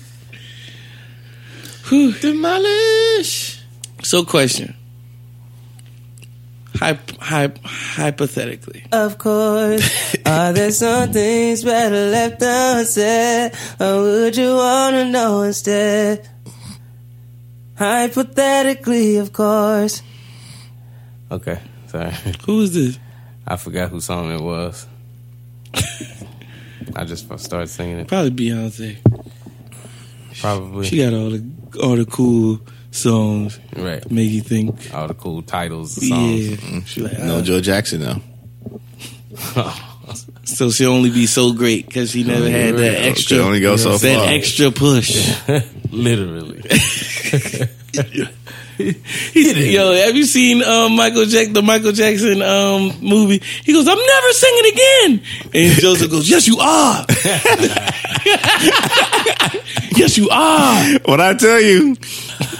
Demolish. So, question. Hyp- hyp- hypothetically,
Of
[laughs]
course, are there some things better left unsaid, or would you wanna know instead? Hypothetically, of course. Okay, sorry,
who is this?
I forgot whose song it was. I just started singing it.
Probably Beyonce.
Probably
She got all the all the cool songs
right.
make you think.
All the cool titles, and songs.
Yeah. She like,
no
uh,
Joe Jackson though.
so she only be so great because she never had that
Okay,
extra
only go so
that
far.
extra push. [laughs]
Literally,
Yo, have you seen um, Michael Jack the Michael Jackson um, movie? He goes, "I'm never singing again," and Joseph goes, "Yes, you are. [laughs] yes, you are."
What I tell you,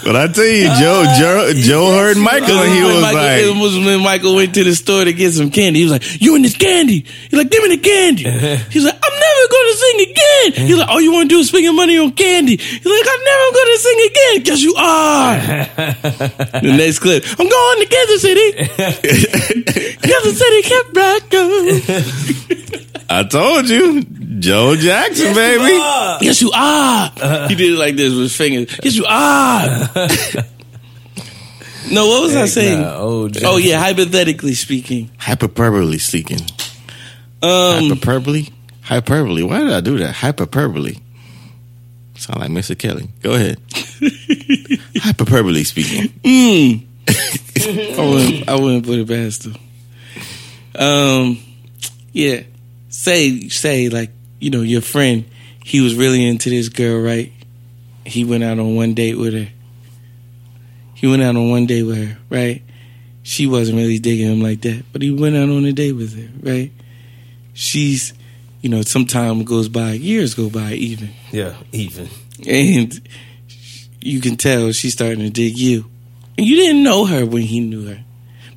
what I tell you, Joe, Joe, Joe heard Michael and he was
When Oh, Michael, it
like,
was when Michael went to the store to get some candy. He was like, "You and this candy?" He's like, "Give me the
[laughs]
candy." He's like, "I'm never going to sing again." He's like, "All you want to do is spend your money on candy." He's like, "I'm never going to sing again." Yes, you are.
[laughs]
the next clip, I'm going to Kansas
[laughs]
City. Kansas City kept back
I told you, Joe Jackson, baby.
Yes, you are. He did it like this with his fingers. Yes, you are. no, what was I saying?
nah, old
oh yeah, hypothetically speaking.
Hyperbole seeking.
Um,
Hyperbole? Hyperbole. Why did I do that? Hyperbole. Sound like Mr. Kelly. Go ahead.
[laughs]
Hyperbole speaking.
I wouldn't, I wouldn't put it past him. Um, yeah. Say, say, like you know, your friend. He was really into this girl, right? He went out on one date with her. He went out on one date with her, right? She wasn't really digging him like that, but he went out on a date with her, right? She's, you know, some time goes by, years go by, even
yeah, even
and you can tell she's starting to dig you. And you didn't know her when he knew her,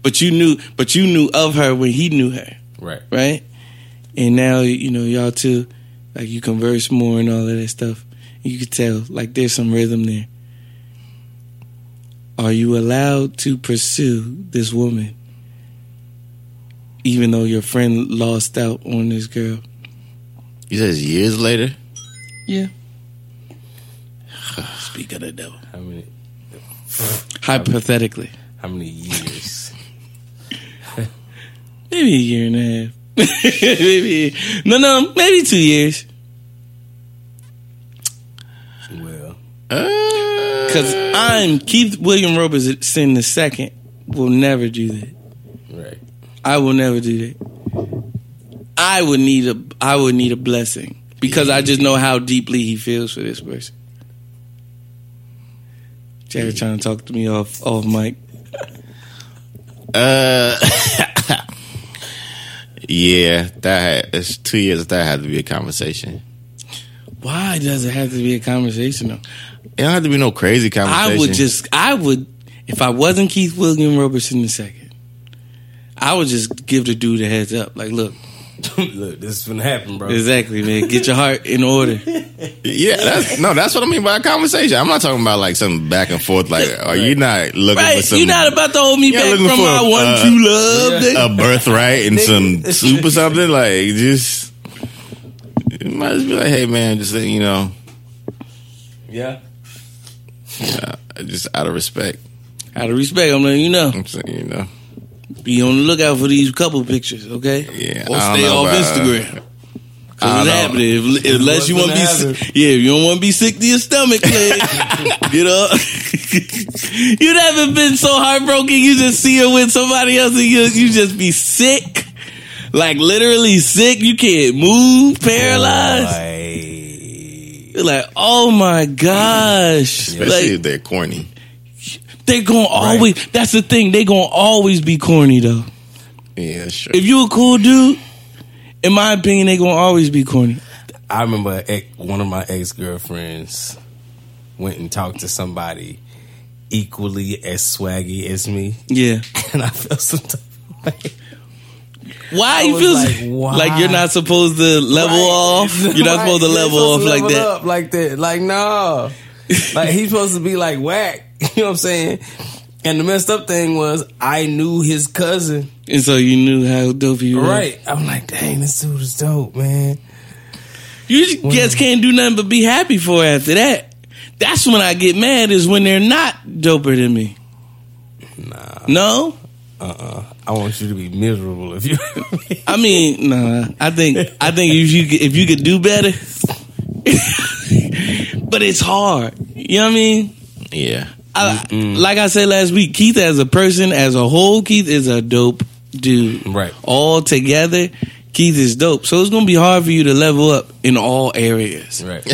but you knew, but you knew of her when he knew her,
right.
right? And now you know y'all two, like you converse more and all of that stuff. You can tell like there's some rhythm there. Are you allowed to pursue this woman, even though your friend lost out on this girl?
He says years later.
Yeah. [sighs] Speak of the devil.
How many?
Hypothetically.
How many years? [laughs]
Maybe a year and a half. [laughs] maybe no, no, maybe two years.
well,
Because I'm Keith William Robertson the second will never do that.
right.
I will never do that. I would need a I would need a blessing because I just know how deeply he feels for this person. Jared trying to talk to me off off mic.
Yeah, that had, it's two years. That had to be a conversation.
Why does it have to be a conversation though?
It don't have to be no crazy conversation.
I would just, I would, if I wasn't Keith William Robertson the second, I would just give the dude a heads up. Like, look,
Look, this is gonna happen, bro.
exactly, man. Get your heart in order.
yeah. That's, no, that's what I mean by a conversation. I'm not talking about like some back and forth. Like, are you not looking for
Right?
some?
You're not about to hold me
You're
back
looking
from
for
my
a-
one
uh,
true love. nigga.
a birthright and some soup or something. Like, just you might just be like, hey man, just you know,
Yeah.
just out of respect.
Out of respect, I'm letting you know.
I'm saying, you know,
Be on the lookout for these couple pictures, okay?
Yeah,
Or
I don't
stay
know
off
about- I
Instagram. Cause it's
don't-
happening. If, unless you want to be,
What's gonna
sick, yeah, if you don't want to be sick to your stomach, [laughs] Clay, get [laughs] up. you haven't been so heartbroken. You just see her with somebody else, and you, you just be sick, like literally sick. You can't move, paralyzed.
Like,
You're like, oh my gosh,
especially
like
if they're corny.
they're gonna always. That's the thing. They're gonna always be corny though.
Yeah, sure.
if you a cool dude, in my opinion, they gonna always be corny.
I remember ex- one of my ex girlfriends went and talked to somebody equally as swaggy as me,
Yeah.
and I felt some type of way.
Why you
was
feel
like,
like,
why?
you're not supposed to level
[laughs]
off? You're not
Like,
supposed to
you're
level off
supposed to
like
level
that.
up like that.
[laughs]
Like no, like he's supposed to be like whack. [laughs] You know what I'm saying? And the messed up thing was, I knew his cousin.
And so you knew how dope you were.
Right. I'm like, dang, this dude is dope, man.
You just guess can't do nothing but be happy for her after that. That's when I get mad is when they're not doper than me. Nah. No?
I want you to be miserable if you.
I mean, nah. I think I think if you could- if you could do
[laughs]
better, [laughs] but it's hard. You know what I mean?
yeah,
I, like I said last week, Keith as a person, as a whole, Keith is a dope dude.
Right.
All together, Keith is dope. So it's gonna be hard for you to level up in all areas.
right.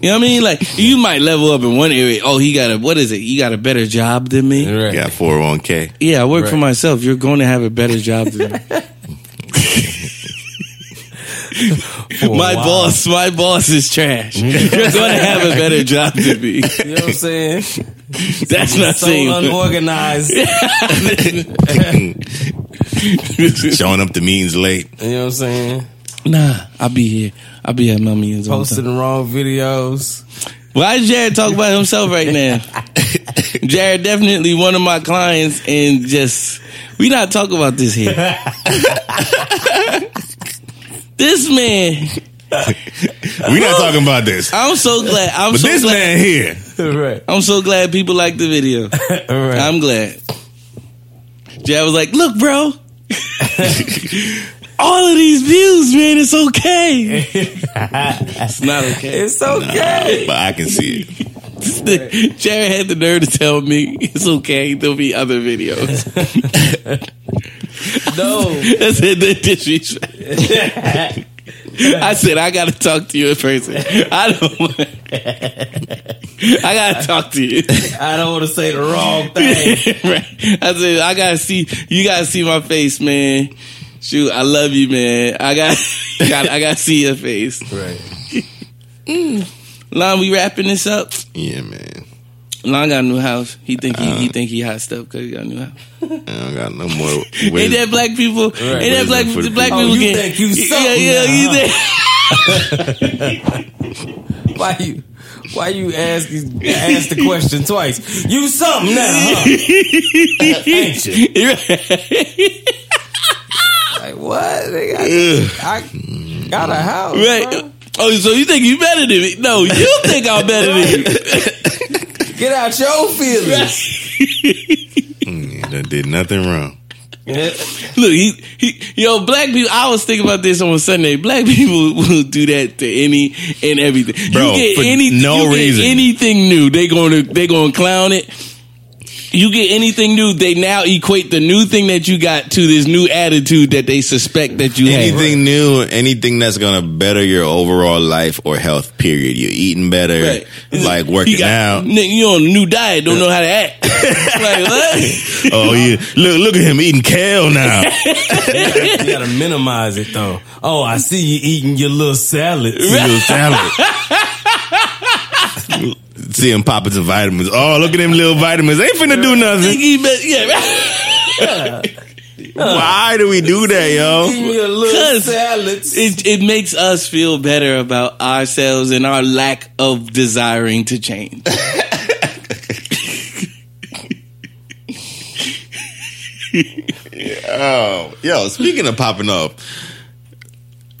You know what I mean? Like you might level up in one area. Oh, he got a what is it? He got a better job than me.
Right.
got 401k.
Yeah, I work for
Right.
myself. You're going to have a better job than
[laughs]
me. [laughs]
For a
my
while.
boss, my boss is
[laughs]
trash. You're going to have a better job than me.
You know what I'm saying?
That's [laughs] not
so
saying [laughs]
unorganized. you
[laughs] Showing up to meetings late.
know what I'm saying?
Nah, I'll be here. I'll be at my meetings. all the time.
Posting the wrong videos. [laughs]
Why is Jared talking about himself right now? [laughs] Jared definitely one of my clients, and just we not talking about this
[laughs]
here. this man,
We're not talking about this.
I'm so glad. I'm
But
so
this
glad.
man here,
right.
I'm so glad people like the video.
Right.
I'm glad. Jared was like, "Look, bro." All of these views, man, it's okay. [laughs] it's not okay.
it's okay.
but I can see it.
Jared had the nerve to tell me it's okay. There'll be other videos. [laughs]
No.
That's it. The disrespect. [laughs] I said I gotta talk to you in person. I don't. Want, [laughs] I gotta talk to you.
I don't want to say
[laughs]
the wrong thing.
right. I said I gotta see you. Gotta see my face, man. Shoot, I love you, man. I got. [laughs] got I gotta see your face.
Right.
[laughs] Lon, we wrapping this up.
Yeah, man.
Lon got a new house. He think he, he think he hot stuff because he got a new house.
I don't got no more.
Ain't
wisdom.
that black people? Ain't
Wisdom
that black
for the
black
people.
people?
Oh, you
get-
think you
yeah,
something
yeah,
now,
you
huh?
think.
[laughs] Why you? Why you ask ask the question twice? You something now?
[laughs]
Huh? Ain't you? Like what? Nigga, I, I got a house.
Right.
bro.
Oh, so you think you better than me? No, you think I'm better than you.
Get out your feelings.
Yeah, that did nothing wrong.
Look, he, he, yo, black people. I was thinking about this on Sunday. Black [laughs] people will do that to any and everything.
Bro,
you get
for
any,
no
you get
reason.
anything new, they gonna they gonna clown it. you get anything new, they now equate the new thing that you got to this new attitude that they suspect that you have.
Anything new, anything that's gonna better your overall life or health. Period. You're eating better,
Right.
like
You
working
got-
[laughs] out.
Nigga, you on a new diet, don't know how to
[laughs]
act. like what?
Oh, yeah. look, look at him eating kale [laughs] now.
you gotta minimize it though. Oh, I see you eating your little salad.
Little salad. See him popping some vitamins. Oh, look at them little vitamins. They ain't finna do
Think
nothing.
he bet- yeah, [laughs]
Why do we do that, yo?
Your little
'Cause
salads.
it it makes us feel better about ourselves and our lack of desiring to change.
Oh, yo. Speaking of popping up,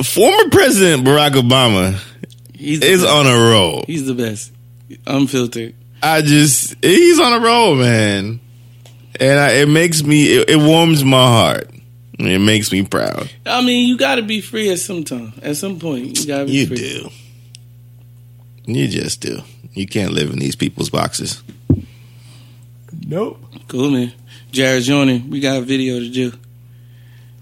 former President Barack Obama
He's the
is
best.
on a roll.
He's the best. Unfiltered.
I just he's on a roll, man, and I, it makes me it, it warms my heart. It makes me proud.
I mean, you got to be free at some time. At some point, you got to be
You
free.
do, you just do. You can't live in these people's boxes.
Cool, man. Jared Jordan, we got a video to do.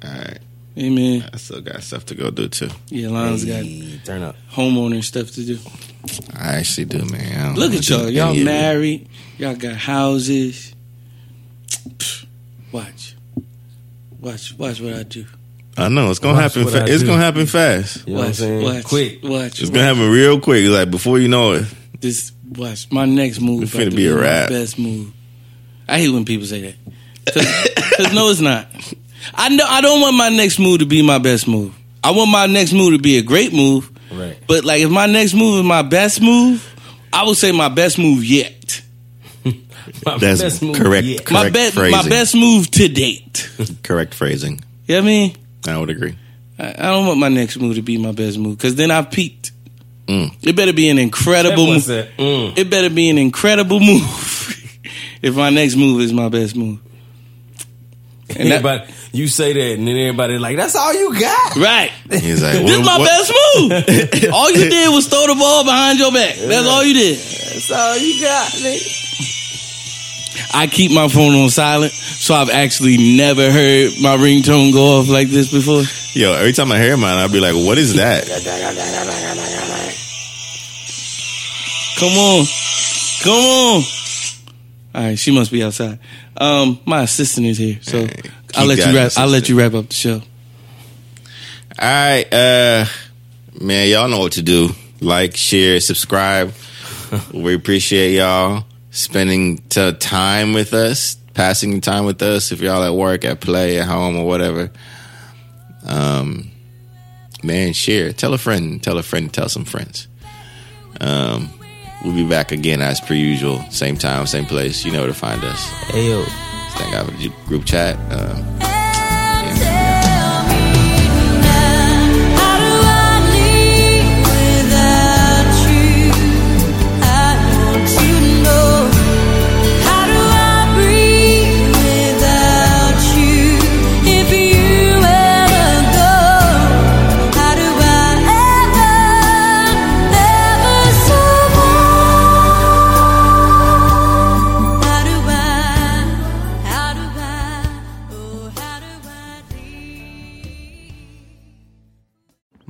All right,
Amen.
I still got stuff to go do too.
Yeah, Lon's got
Turn up.
homeowner stuff to do.
I actually do, man. I don't
Look
wanna
at
do
y'all. Y'all
any of it.
married. Y'all got houses. Pfft, Watch. Watch. Watch what I do.
I know it's gonna
Watch
happen.
what
Fa-
I
it's
do.
gonna happen fast.
You know what I'm
Watch.
saying?
Watch.
Quick.
Watch.
It's gonna happen real quick. Like before you know it,
This. Watch. My next move.
It's
about
finna
to
be a
my
wrap.
Best move. I hate when people say that. Because no, it's not. I know. I don't want my next move to be my best move. I want my next move to be a great move.
Right.
But like, if my next move is my best move, I would say my best move yet.
My
that's
best move
correct.
yet.
Correct
my best.
phrasing.
My best move to date.
Correct phrasing.
You know what I mean?
I would
[laughs]
agree.
I, I don't want my next move to be my best move because then I've peaked.
Mm.
It better be an
That
incredible
boy
move.
said, mm.
It better be an incredible move [laughs] if my next move is my best move. And that-
Everybody, you say that, and then everybody like, "That's all you got."
right.
He's like,
This
what-
my
what- [laughs]
best move. all you did was throw the ball behind your back. That's all you did.
That's all you got. nigga.
I keep my phone on silent, so I've actually never heard my ringtone go off like this before.
Yo, every time I hear mine, I'll be like, what is that?
Come on. Come on. All right, she must be outside. Um, my assistant is here, so I'll let
that
you wrap. I'll let
assistant.
you wrap up the show.
All right, uh, man, y'all know what to do. Like, share, subscribe. we appreciate y'all spending t- time with us, passing time with us. If y'all at work, at play, at home, or whatever, um, man, share. Tell a friend. Tell a friend. Tell some friends. Um, we'll be back again as per usual, same time, same place. You know where to find us.
Ayo.
Thank God for the group chat. Um,